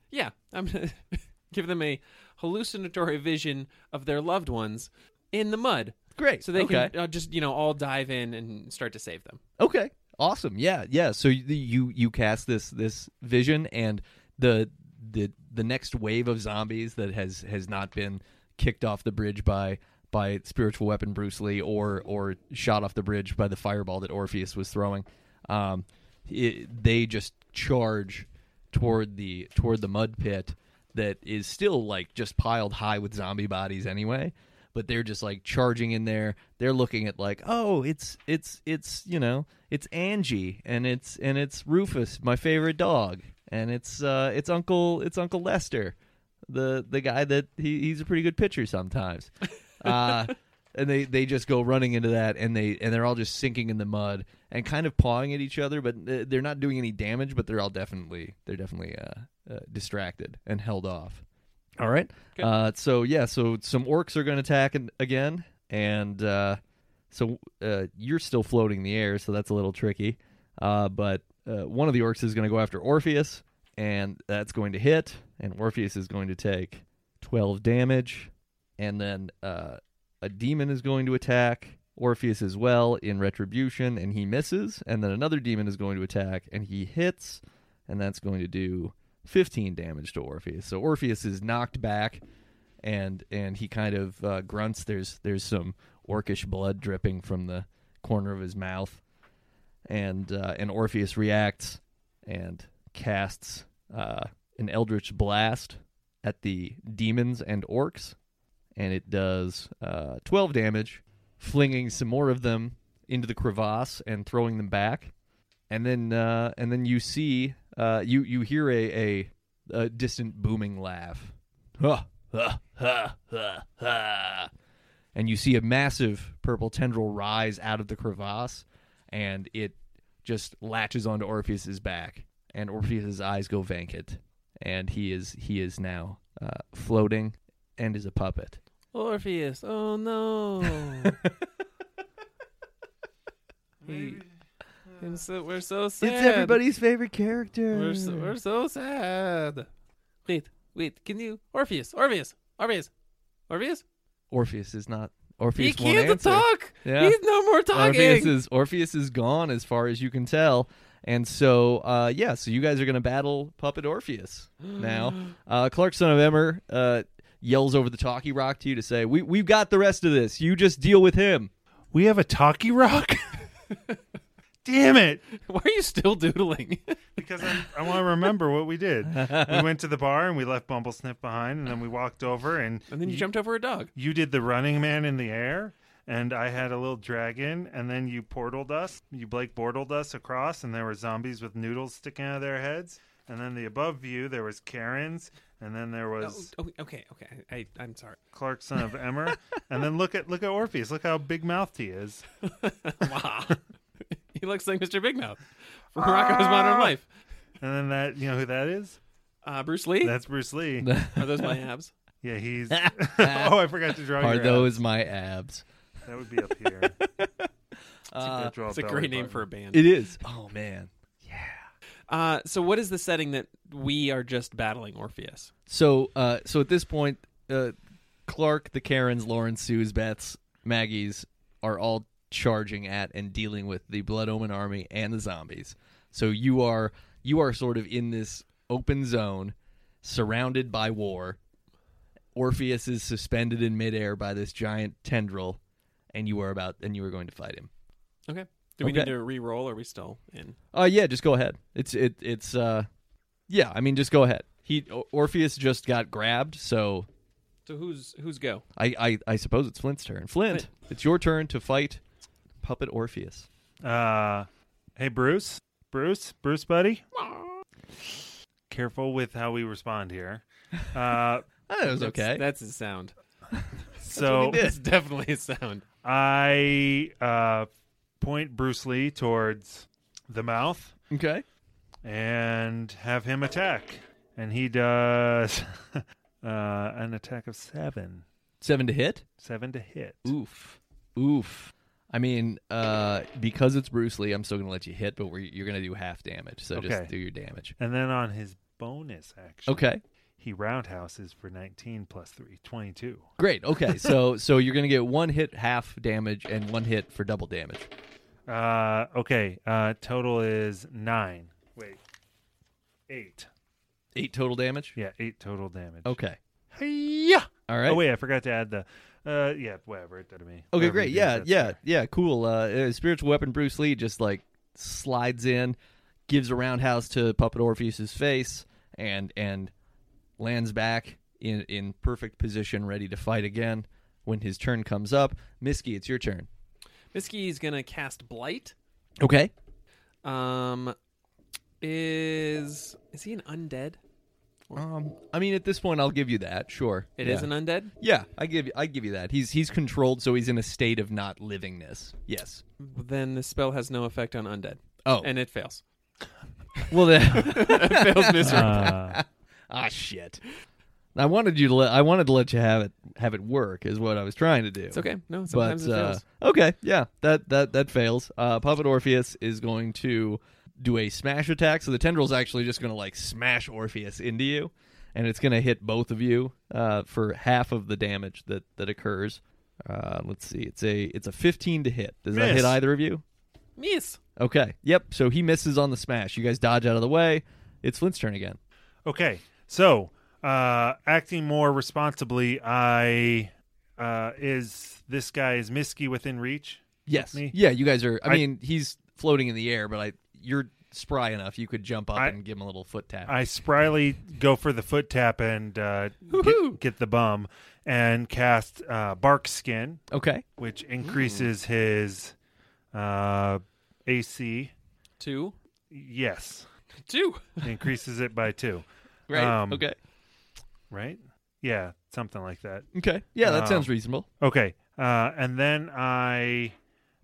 Speaker 3: yeah, I'm gonna give them a hallucinatory vision of their loved ones in the mud,
Speaker 1: great.
Speaker 3: so they
Speaker 1: okay.
Speaker 3: can uh, just you know all dive in and start to save them.
Speaker 1: Okay. Awesome. Yeah. Yeah. So you you, you cast this this vision, and the the the next wave of zombies that has has not been kicked off the bridge by by spiritual weapon Bruce Lee or or shot off the bridge by the fireball that Orpheus was throwing, um, it, they just charge toward the toward the mud pit that is still like just piled high with zombie bodies anyway but they're just like charging in there they're looking at like oh it's it's it's you know it's angie and it's and it's rufus my favorite dog and it's uh it's uncle it's uncle lester the the guy that he, he's a pretty good pitcher sometimes uh and they they just go running into that and they and they're all just sinking in the mud and kind of pawing at each other, but uh, they're not doing any damage. But they're all definitely they're definitely uh, uh, distracted and held off. All right.
Speaker 3: Okay.
Speaker 1: Uh, so yeah, so some orcs are going to attack an- again, and uh, so uh, you're still floating in the air, so that's a little tricky. Uh, but uh, one of the orcs is going to go after Orpheus, and that's going to hit, and Orpheus is going to take twelve damage, and then uh, a demon is going to attack Orpheus as well in retribution, and he misses, and then another demon is going to attack, and he hits, and that's going to do 15 damage to Orpheus. So Orpheus is knocked back, and and he kind of uh, grunts. There's there's some orcish blood dripping from the corner of his mouth, and uh, and Orpheus reacts and casts uh, an eldritch blast at the demons and orcs, and it does uh, 12 damage, flinging some more of them into the crevasse and throwing them back and then uh, and then you see uh, you you hear a, a, a distant booming laugh, Huh, huh, huh, huh, huh. and you see a massive purple tendril rise out of the crevasse, and it just latches onto Orpheus's back, and Orpheus's eyes go vacant, and he is he is now uh, floating and is a puppet.
Speaker 3: Orpheus. Oh no. he, I'm so, we're so sad.
Speaker 1: favorite character.
Speaker 3: We're so, we're so sad. Wait, wait. Can you Orpheus? Orpheus. Orpheus. Orpheus.
Speaker 1: Orpheus is not. Orpheus
Speaker 3: he
Speaker 1: won't
Speaker 3: can't
Speaker 1: answer.
Speaker 3: talk.
Speaker 1: Yeah.
Speaker 3: He's no more talking.
Speaker 1: Orpheus is Orpheus is gone as far as you can tell. And so, uh, yeah, so you guys are going to battle Puppet Orpheus now. Uh, Clark, son of Emmer, uh, yells over the talkie rock to you to say, we, We've got the rest of this. You just deal with him.
Speaker 2: We have a talkie rock? Damn it.
Speaker 3: Why are you still doodling?
Speaker 2: Because I, I want to remember what we did. We went to the bar and we left Bumblesnip behind, and then we walked over and
Speaker 3: and then you jumped over a dog.
Speaker 2: you did the running man in the air and i had a little dragon and then you portaled us you blake portaled us across and there were zombies with noodles sticking out of their heads and then the above view there was karen's and then there was
Speaker 3: Oh, oh, okay, okay. I, I, am sorry.
Speaker 2: clark son of emmer and then look at look at orpheus look how big mouthed he is
Speaker 3: Wow. Ah. he looks like Mr. Big Mouth from Rocko's Modern Life.
Speaker 2: and then that you know who that is
Speaker 3: Uh, Bruce Lee.
Speaker 2: that's bruce lee
Speaker 3: Are those my abs?
Speaker 2: yeah he's oh i forgot to draw
Speaker 1: Are
Speaker 2: your
Speaker 1: those my abs?
Speaker 2: abs. that would be up here
Speaker 1: Uh,
Speaker 3: It's a great name for a band.
Speaker 1: it is. Oh, man.
Speaker 3: Uh, so, what is the setting that we are just battling Orpheus?
Speaker 1: So, uh, so at this point, uh, Clark, the Karens, Lauren, Sue's, Beth's, Maggie's are all charging at and dealing with the Blood Omen army and the zombies. So you are you are sort of in this open zone, surrounded by war. Orpheus is suspended in midair by this giant tendril, and you are about and you are going to fight him.
Speaker 3: Okay. Do we
Speaker 1: Okay.
Speaker 3: need to re-roll? Or are we still in?
Speaker 1: Uh yeah, just go ahead. It's it it's uh yeah, I mean just go ahead. He Or- Orpheus just got grabbed, so
Speaker 3: So who's who's go?
Speaker 1: I, I, I suppose it's Flint's turn. Flint,
Speaker 3: Flint.
Speaker 1: it's your turn to fight Puppet Orpheus.
Speaker 2: Uh, hey, Bruce. Bruce, Bruce, buddy. Careful with how we respond here. Uh,
Speaker 1: That was
Speaker 3: That's-
Speaker 1: okay.
Speaker 3: That's his sound.
Speaker 2: so
Speaker 1: did.
Speaker 3: It's definitely his sound.
Speaker 2: I uh, point Bruce Lee towards the mouth
Speaker 1: okay.
Speaker 2: and have him attack. And he does uh, an attack of seven.
Speaker 1: Seven to hit.
Speaker 2: Seven to hit.
Speaker 1: Oof. Oof. I mean, uh, because it's Bruce Lee, I'm still going to let you hit, but we're, you're going to do half damage. So
Speaker 2: Okay.
Speaker 1: just do your damage.
Speaker 2: And then on his bonus action,
Speaker 1: Okay.
Speaker 2: he roundhouses for 19 plus 3, 22.
Speaker 1: Great. Okay. so so you're going to get one hit half damage and one hit for double damage.
Speaker 2: Uh, okay. Uh, total is nine. Wait, eight.
Speaker 1: Eight total damage.
Speaker 2: Yeah, eight total damage.
Speaker 1: Okay.
Speaker 2: Yeah.
Speaker 1: All Oh. right.
Speaker 2: Oh wait, I forgot to add the. Uh, yeah, whatever it did to me.
Speaker 1: Okay,
Speaker 2: Whatever
Speaker 1: great.
Speaker 2: you did,
Speaker 1: Yeah,
Speaker 2: that's
Speaker 1: yeah,
Speaker 2: fair.
Speaker 1: yeah. Cool. Uh, uh, spiritual weapon Bruce Lee just like slides in, gives a roundhouse to Puppet Orpheus's face, and and lands back in in perfect position, ready to fight again when his turn comes up. Miski, it's your turn.
Speaker 3: Miski's gonna cast blight.
Speaker 1: Okay.
Speaker 3: Um, is is he an undead?
Speaker 1: Um, I mean, at this point, I'll give you that. Sure,
Speaker 3: It
Speaker 1: yeah.
Speaker 3: is an undead.
Speaker 1: Yeah, I give I give you that. He's he's controlled, so he's in a state of not livingness. Yes.
Speaker 3: Then the spell has no effect on undead,
Speaker 1: Oh,
Speaker 3: and it fails.
Speaker 1: well then.
Speaker 3: it fails miserably.
Speaker 2: Uh,
Speaker 1: ah, shit. I wanted you to let I wanted to let you have it have it work is what I was trying to do.
Speaker 3: It's okay. No,
Speaker 1: but
Speaker 3: sometimes it
Speaker 1: uh,
Speaker 3: fails.
Speaker 1: okay, yeah, that that that fails. Uh, Puppet Orpheus is going to do a smash attack, so the tendril's actually just going to like smash Orpheus into you, and it's going to hit both of you uh, for half of the damage that that occurs. Uh, let's see, it's a it's a 15 to hit. Does that
Speaker 2: Miss.
Speaker 1: hit either of you?
Speaker 3: Miss.
Speaker 1: Okay, yep. So he misses on the smash. You guys dodge out of the way. It's Flint's turn again.
Speaker 2: okay, so uh, acting more responsibly, I uh, is this guy is Misky within reach?
Speaker 1: Yes.
Speaker 2: Me?
Speaker 1: Yeah, you guys are. I,
Speaker 2: I-
Speaker 1: mean, he's floating in the air, but I you're spry enough. You could jump up
Speaker 2: I-
Speaker 1: and give him a little foot tap.
Speaker 2: I spryly go for the foot tap and uh,
Speaker 3: Woohoo.
Speaker 2: get, get the bum and cast uh, Bark Skin,
Speaker 1: okay.
Speaker 2: which increases his uh, AC.
Speaker 3: Two.
Speaker 2: Yes,
Speaker 3: Two.
Speaker 2: increases it by two.
Speaker 1: Right.
Speaker 2: Um,
Speaker 1: okay.
Speaker 2: Right? Yeah, something like that.
Speaker 1: Okay. Yeah, that
Speaker 2: Um,
Speaker 1: sounds reasonable.
Speaker 2: Okay. Uh, and then I,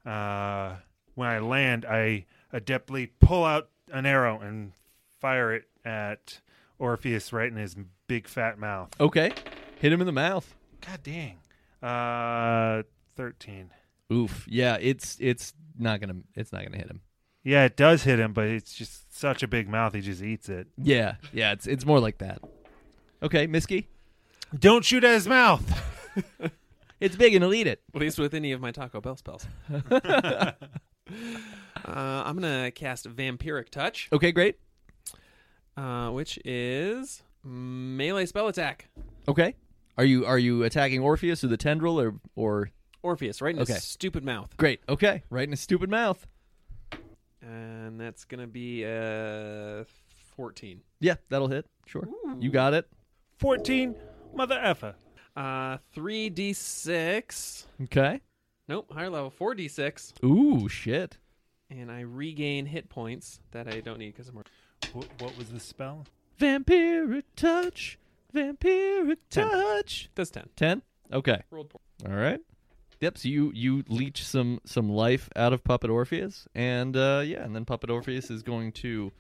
Speaker 2: uh, when I land, I adeptly pull out an arrow and fire it at Orpheus right in his big fat mouth.
Speaker 1: Okay. Hit him in the mouth.
Speaker 2: God dang. Uh, 13.
Speaker 1: Oof. Yeah, it's it's not gonna it's not gonna hit him.
Speaker 2: Yeah, it does hit him, but it's just such a big mouth, he just eats it.
Speaker 1: Yeah. Yeah. It's it's more like that. Okay, Misky.
Speaker 2: Don't shoot at his mouth!
Speaker 1: It's big and he'll eat it.
Speaker 3: At least with any of my Taco Bell spells. uh, I'm gonna cast Vampiric Touch,
Speaker 1: Okay, great.
Speaker 3: uh, which is melee spell attack.
Speaker 1: Okay. Are you are you attacking Orpheus or the tendril or or
Speaker 3: Orpheus, right in
Speaker 1: Okay.
Speaker 3: his stupid mouth.
Speaker 1: great? Okay, right in his stupid mouth.
Speaker 3: And that's gonna be uh, 14.
Speaker 1: Yeah, that'll hit. Sure, you got it.
Speaker 2: 14? Mother effer.
Speaker 3: Uh, 3d6.
Speaker 1: Okay.
Speaker 3: Nope, higher level, 4d6.
Speaker 1: Ooh, shit.
Speaker 3: And I regain hit points that I don't need because I'm.
Speaker 2: What, what was the spell?
Speaker 1: Vampiric touch. Vampiric
Speaker 3: Ten.
Speaker 1: touch.
Speaker 3: That's 10.
Speaker 1: Ten. Okay.
Speaker 3: Rolled poor.
Speaker 1: All right. Yep. So you you leech some some life out of Puppet Orpheus, and uh, yeah, and then Puppet Orpheus is going to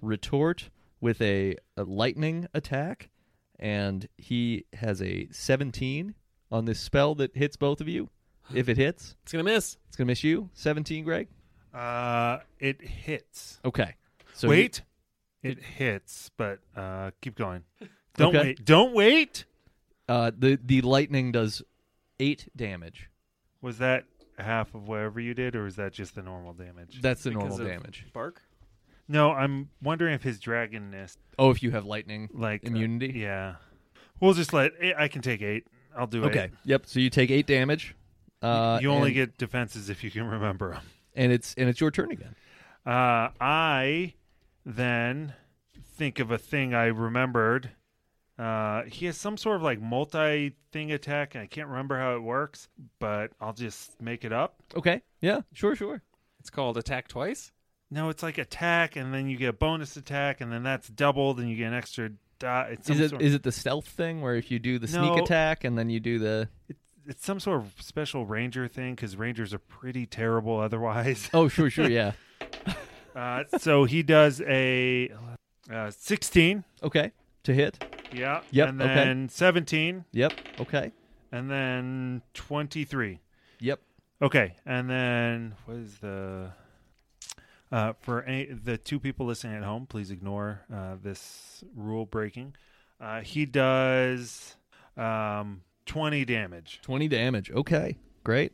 Speaker 1: retort with a, a lightning attack, and he has a 17 on this spell that hits both of you. If it hits,
Speaker 3: It's gonna miss.
Speaker 1: it's gonna miss you. 17, Greg.
Speaker 2: Uh, it hits.
Speaker 1: Okay. So you-
Speaker 2: wait. it hits, but uh, keep going. Don't
Speaker 1: Okay.
Speaker 2: wait. Don't wait.
Speaker 1: uh, the the lightning does eight damage.
Speaker 2: Was that half of whatever you did, or was that just the normal damage?
Speaker 1: That's the
Speaker 3: Because
Speaker 1: normal
Speaker 3: of
Speaker 1: damage.
Speaker 3: Bark.
Speaker 2: no, I'm wondering if his dragonness,
Speaker 1: Oh, if you have lightning
Speaker 2: like uh,
Speaker 1: immunity.
Speaker 2: yeah, we'll just let. eh, I can take eight. I'll do it.
Speaker 1: Okay. Yep. So you take eight damage. Uh,
Speaker 2: you only
Speaker 1: and-
Speaker 2: get defenses if you can remember 'em.
Speaker 1: and it's and it's your turn again.
Speaker 2: Uh, I then think of a thing I remembered. Uh, he has some sort of like multi thing attack, and I can't remember how it works, but I'll just make it up.
Speaker 1: Okay. Yeah. Sure. Sure.
Speaker 3: It's called attack twice.
Speaker 2: No, it's like attack, and then you get bonus attack, and then that's doubled, and you get an extra die. It's some
Speaker 1: Is it is
Speaker 2: sort
Speaker 1: it the stealth thing where if you do the
Speaker 2: No.
Speaker 1: sneak attack and then you do the
Speaker 2: it's some sort of special ranger thing because rangers are pretty terrible otherwise.
Speaker 1: oh sure sure yeah
Speaker 2: uh, so he does a uh, sixteen,
Speaker 1: okay to hit
Speaker 2: yeah,
Speaker 1: Yep,
Speaker 2: and
Speaker 1: okay.
Speaker 2: then seventeen,
Speaker 1: yep okay
Speaker 2: and then twenty-three.
Speaker 1: yep
Speaker 2: Okay, and then what is the uh, for any, the two people listening at home? Please ignore uh, this rule breaking. Uh, he does um, twenty damage.
Speaker 1: twenty damage okay great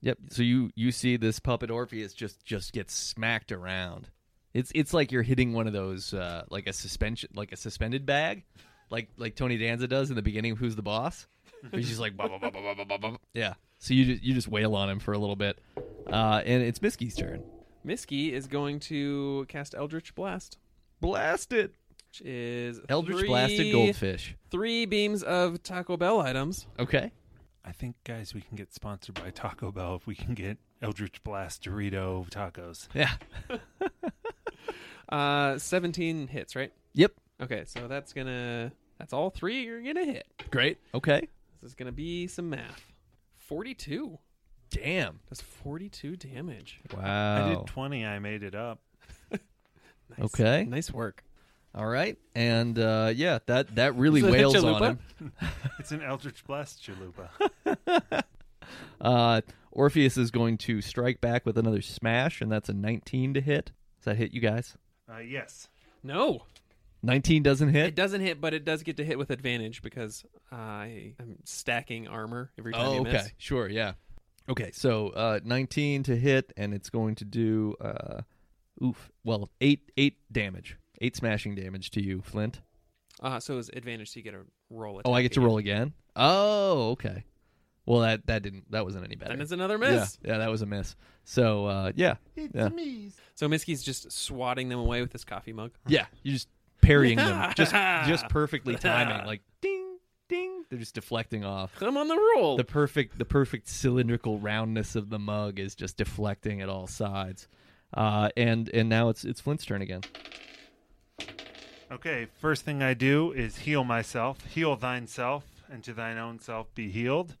Speaker 1: yep so you you see this puppet Orpheus just just gets smacked around it's it's like you're hitting one of those uh, like a suspension like a suspended bag like like Tony Danza does in the beginning of Who's the Boss he's just like "Bah, bah, bah, bah, bah, bah, bah, bah." yeah so you just, you just wail on him for a little bit uh, and it's Misky's turn
Speaker 3: Miski is going to cast Eldritch Blast,
Speaker 1: blast it.
Speaker 3: which is
Speaker 1: Eldritch
Speaker 3: three-
Speaker 1: blasted goldfish.
Speaker 3: Three beams of Taco Bell items.
Speaker 1: Okay.
Speaker 2: I think, guys, we can get sponsored by Taco Bell if we can get Eldritch Blast Dorito tacos.
Speaker 1: Yeah.
Speaker 3: Uh, 17 hits, right?
Speaker 1: Yep.
Speaker 3: Okay, so that's gonna that's all three you're gonna hit.
Speaker 1: Great. Okay.
Speaker 3: This is gonna be some math. Forty-two.
Speaker 1: Damn.
Speaker 3: That's forty-two damage.
Speaker 1: Wow.
Speaker 2: I did 20. I made it up.
Speaker 3: Nice.
Speaker 1: Okay.
Speaker 3: Nice work.
Speaker 1: All right. And uh, yeah, that that really
Speaker 3: Is that
Speaker 1: wails on
Speaker 3: chalupa?
Speaker 1: him.
Speaker 2: It's an Eldritch Blast Chalupa.
Speaker 1: Uh, Orpheus is going to strike back with another smash, and that's a 19 to hit. Does that hit you guys?
Speaker 2: Uh, yes.
Speaker 3: No,
Speaker 1: 19 doesn't
Speaker 3: it
Speaker 1: hit.
Speaker 3: doesn't hit, but it does get to hit with advantage because I am stacking armor every time
Speaker 1: Oh,
Speaker 3: you miss.
Speaker 1: okay. Sure. Yeah. Okay. So uh, 19 to hit, and it's going to do uh, oof. Well, eight eight damage, eight smashing damage to you, Flint.
Speaker 3: Uh, so it's advantage, so you get a roll.
Speaker 1: Oh, I get to
Speaker 3: attack
Speaker 1: roll again. Oh, okay. Well, that that didn't that wasn't any better.
Speaker 3: again. Then it's another miss.
Speaker 1: Yeah, yeah, that was a miss. So uh, yeah, yeah.
Speaker 3: So Miski's just swatting them away with his coffee mug.
Speaker 1: Yeah, you're just parrying them, just just perfectly timing, like ding, ding. They're just deflecting off.
Speaker 3: Come on the roll.
Speaker 1: The perfect, the perfect cylindrical roundness of the mug is just deflecting at all sides. Uh, and and now it's it's Flint's turn again.
Speaker 2: Okay, first thing I do is heal myself. Heal thine self, and to thine own self be healed.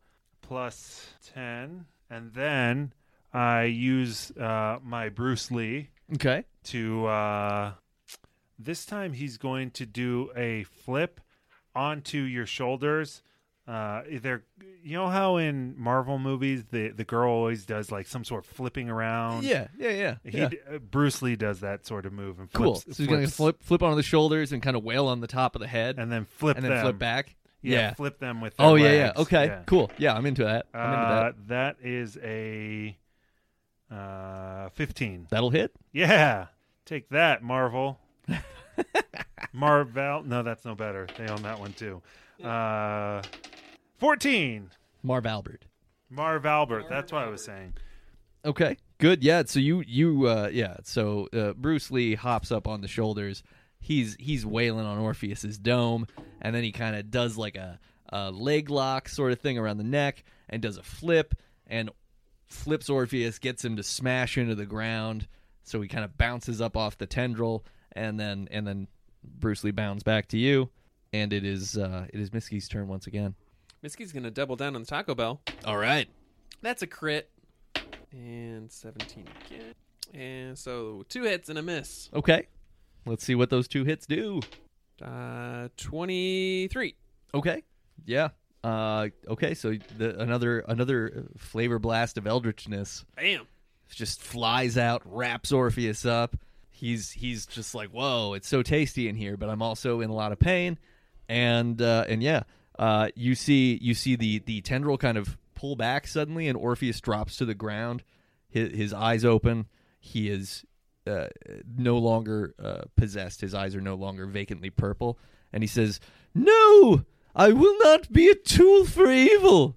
Speaker 2: Plus 10. And then I use uh, my Bruce Lee
Speaker 1: Okay.
Speaker 2: to. Uh, this time he's going to do a flip onto your shoulders. Uh, they're, you know how in Marvel movies the, the girl always does like some sort of flipping around.
Speaker 1: Yeah, yeah, yeah.
Speaker 2: He
Speaker 1: yeah.
Speaker 2: d- uh, Bruce Lee does that sort of move and
Speaker 1: Cool.
Speaker 2: flips,
Speaker 1: so he's gonna
Speaker 2: flips
Speaker 1: flip flip onto the shoulders and kind of wail on the top of the head, and,
Speaker 2: and then flip
Speaker 1: then
Speaker 2: them.
Speaker 1: flip back.
Speaker 2: Yeah,
Speaker 1: yeah.
Speaker 2: flip them with.
Speaker 1: Oh
Speaker 2: their
Speaker 1: yeah, yeah.
Speaker 2: legs.
Speaker 1: Okay,
Speaker 2: Yeah.
Speaker 1: cool. Yeah, I'm into that. I'm into
Speaker 2: Uh,
Speaker 1: that.
Speaker 2: that is a uh, fifteen.
Speaker 1: That'll hit.
Speaker 2: Yeah, take that, Marvel. Marvel. No, that's no better. They own that one too. Uh, Fourteen.
Speaker 1: Marv Albert.
Speaker 2: Marv Albert. That's what I was saying.
Speaker 1: Okay. Good. Yeah. So you you uh yeah. So uh, Bruce Lee hops up on the shoulders. He's he's wailing on Orpheus's dome, and then he kind of does like a, a leg lock sort of thing around the neck, and does a flip, and flips Orpheus, gets him to smash into the ground. So he kind of bounces up off the tendril, and then and then Bruce Lee bounds back to you, and it is uh it is Miski's turn once again.
Speaker 3: Miski's gonna double down on the Taco Bell.
Speaker 1: All right.
Speaker 3: That's a crit. And 17 again. And so two hits and a miss.
Speaker 1: Okay. Let's see what those two hits do.
Speaker 3: Uh, 23.
Speaker 1: Okay. Yeah. Uh, okay. So the, another another uh, flavor blast of eldritchness
Speaker 3: Bam.
Speaker 1: just flies out, wraps Orpheus up. He's he's just like, whoa, it's so tasty in here, but I'm also in a lot of pain, and uh, and yeah, uh, you see you see the the tendril kind of pull back suddenly, and Orpheus drops to the ground, his, his eyes open. He is uh, no longer uh, possessed. His eyes are no longer vacantly purple, and he says, "No, I will not be a tool for evil."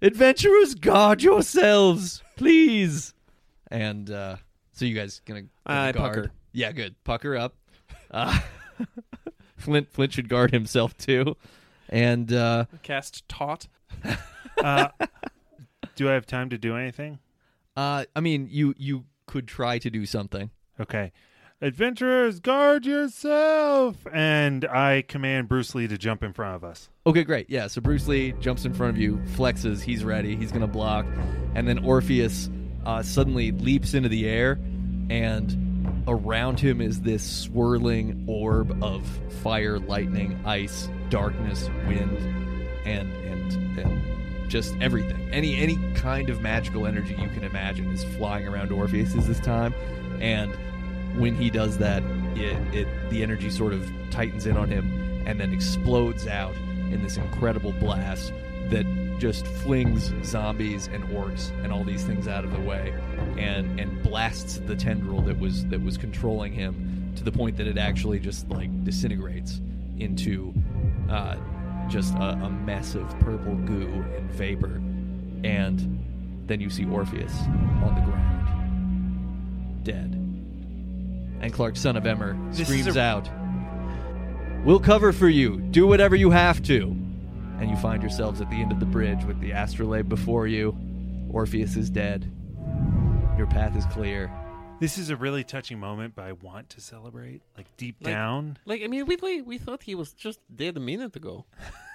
Speaker 1: Adventurers, guard yourselves, please. And uh, so you guys gonna, gonna
Speaker 3: I
Speaker 1: guard?
Speaker 3: pucker.
Speaker 1: Yeah, good. Pucker up. Uh, Flint Flint should guard himself too. And uh,
Speaker 3: Cast Taut.
Speaker 2: Uh, do I have time to do anything?
Speaker 1: uh, I mean, you you could try to do something.
Speaker 2: Okay. Adventurers, guard yourself! And I command Bruce Lee to jump in front of us.
Speaker 1: Okay, great. Yeah, so Bruce Lee jumps in front of you, flexes, he's ready, he's gonna block, and then Orpheus uh, suddenly leaps into the air, and around him is this swirling orb of fire, lightning, ice, darkness, wind, and and and just everything. Any any kind of magical energy you can imagine is flying around Orpheus's this time, and when he does that, it, it the energy sort of tightens in on him and then explodes out in this incredible blast that just flings zombies and orcs and all these things out of the way and and blasts the tendril that was that was controlling him to the point that it actually just like disintegrates into uh, just a, a mess of purple goo and vapor and then you see Orpheus on the ground dead and Clark, son of Emmer,
Speaker 2: This is
Speaker 1: screams
Speaker 2: a-
Speaker 1: out, We'll cover for you. Do whatever you have to. And you find yourselves at the end of the bridge with the astrolabe before you. Orpheus is dead. Your path is clear.
Speaker 2: This is a really touching moment, but I want to celebrate. Like deep
Speaker 3: Like-
Speaker 2: down,
Speaker 3: Like I mean, we play, we thought he was just dead a minute ago.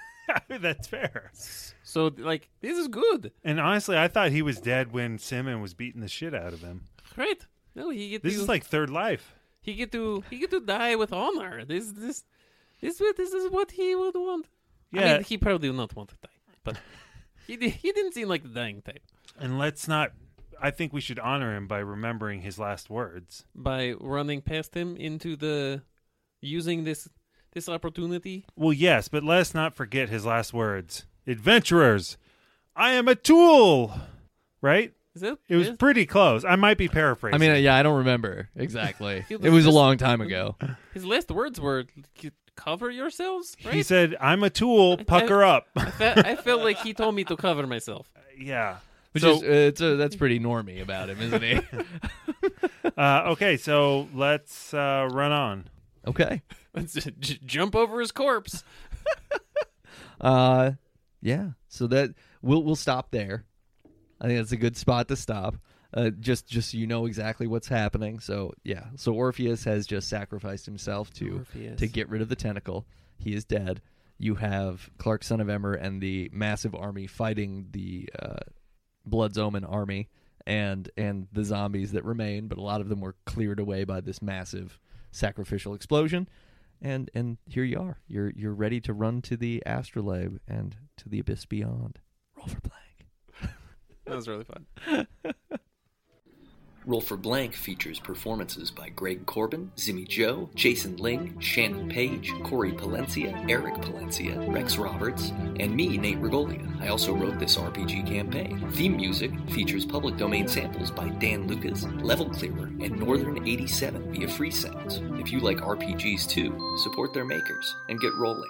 Speaker 2: that's fair.
Speaker 3: So like this is good,
Speaker 2: And honestly, I thought he was dead when Simon was beating the shit out of him.
Speaker 3: right? No, he get
Speaker 2: This
Speaker 3: to,
Speaker 2: is like third life.
Speaker 3: he get to he get to die with honor. This this this what- this is what he would want. I
Speaker 2: Yeah.
Speaker 3: mean, he probably would not want to die, but he di- he didn't seem like the dying type.
Speaker 2: And let's not. I think we should honor him by remembering his last words.
Speaker 3: By running past him into the using this this opportunity,
Speaker 2: Well, yes, but let's not forget his last words. Adventurers, I am a tool. Right?
Speaker 3: is that
Speaker 2: It was
Speaker 3: is-
Speaker 2: pretty close. I might be paraphrasing.
Speaker 1: I mean, yeah, I don't remember exactly.
Speaker 3: It
Speaker 1: it was a
Speaker 3: was-
Speaker 1: long time ago.
Speaker 3: his last words were "C- cover yourselves. Right?
Speaker 2: he said, "I'm a tool. Pucker up."
Speaker 3: I, felt, I felt like he told me to cover myself.
Speaker 2: yeah.
Speaker 1: Which
Speaker 2: so,
Speaker 1: is uh, it's uh that's pretty normy about him, isn't he?
Speaker 2: uh, okay, so let's uh, run on.
Speaker 1: okay.
Speaker 3: Let's j- j- jump over his corpse.
Speaker 1: Uh, yeah. So that we'll we'll stop there. I think that's a good spot to stop. Uh, just just so you know exactly what's happening. So yeah. So Orpheus has just sacrificed himself to
Speaker 3: Orpheus.
Speaker 1: to get rid of the tentacle. He is dead. You have Clark, son of Emmer, and the massive army fighting the uh, Blood's Omen army and and the zombies that remain. But a lot of them were cleared away by this massive sacrificial explosion. And and here you are. You're you're ready to run to the astrolabe and to the abyss beyond. Roll for blank.
Speaker 3: That was really fun.
Speaker 4: Roll for Blank features performances by Greg Corbin, Zimmy Joe, Jason Ling, Shannon Page, Corey Palencia, Eric Palencia, Rex Roberts, and me, Nate Regolia. I also wrote this RPG campaign. Theme music features public domain samples by Dan Lucas, Level Clearer, and Northern 87 via Free Sounds. If you like RPGs too, support their makers and get rolling.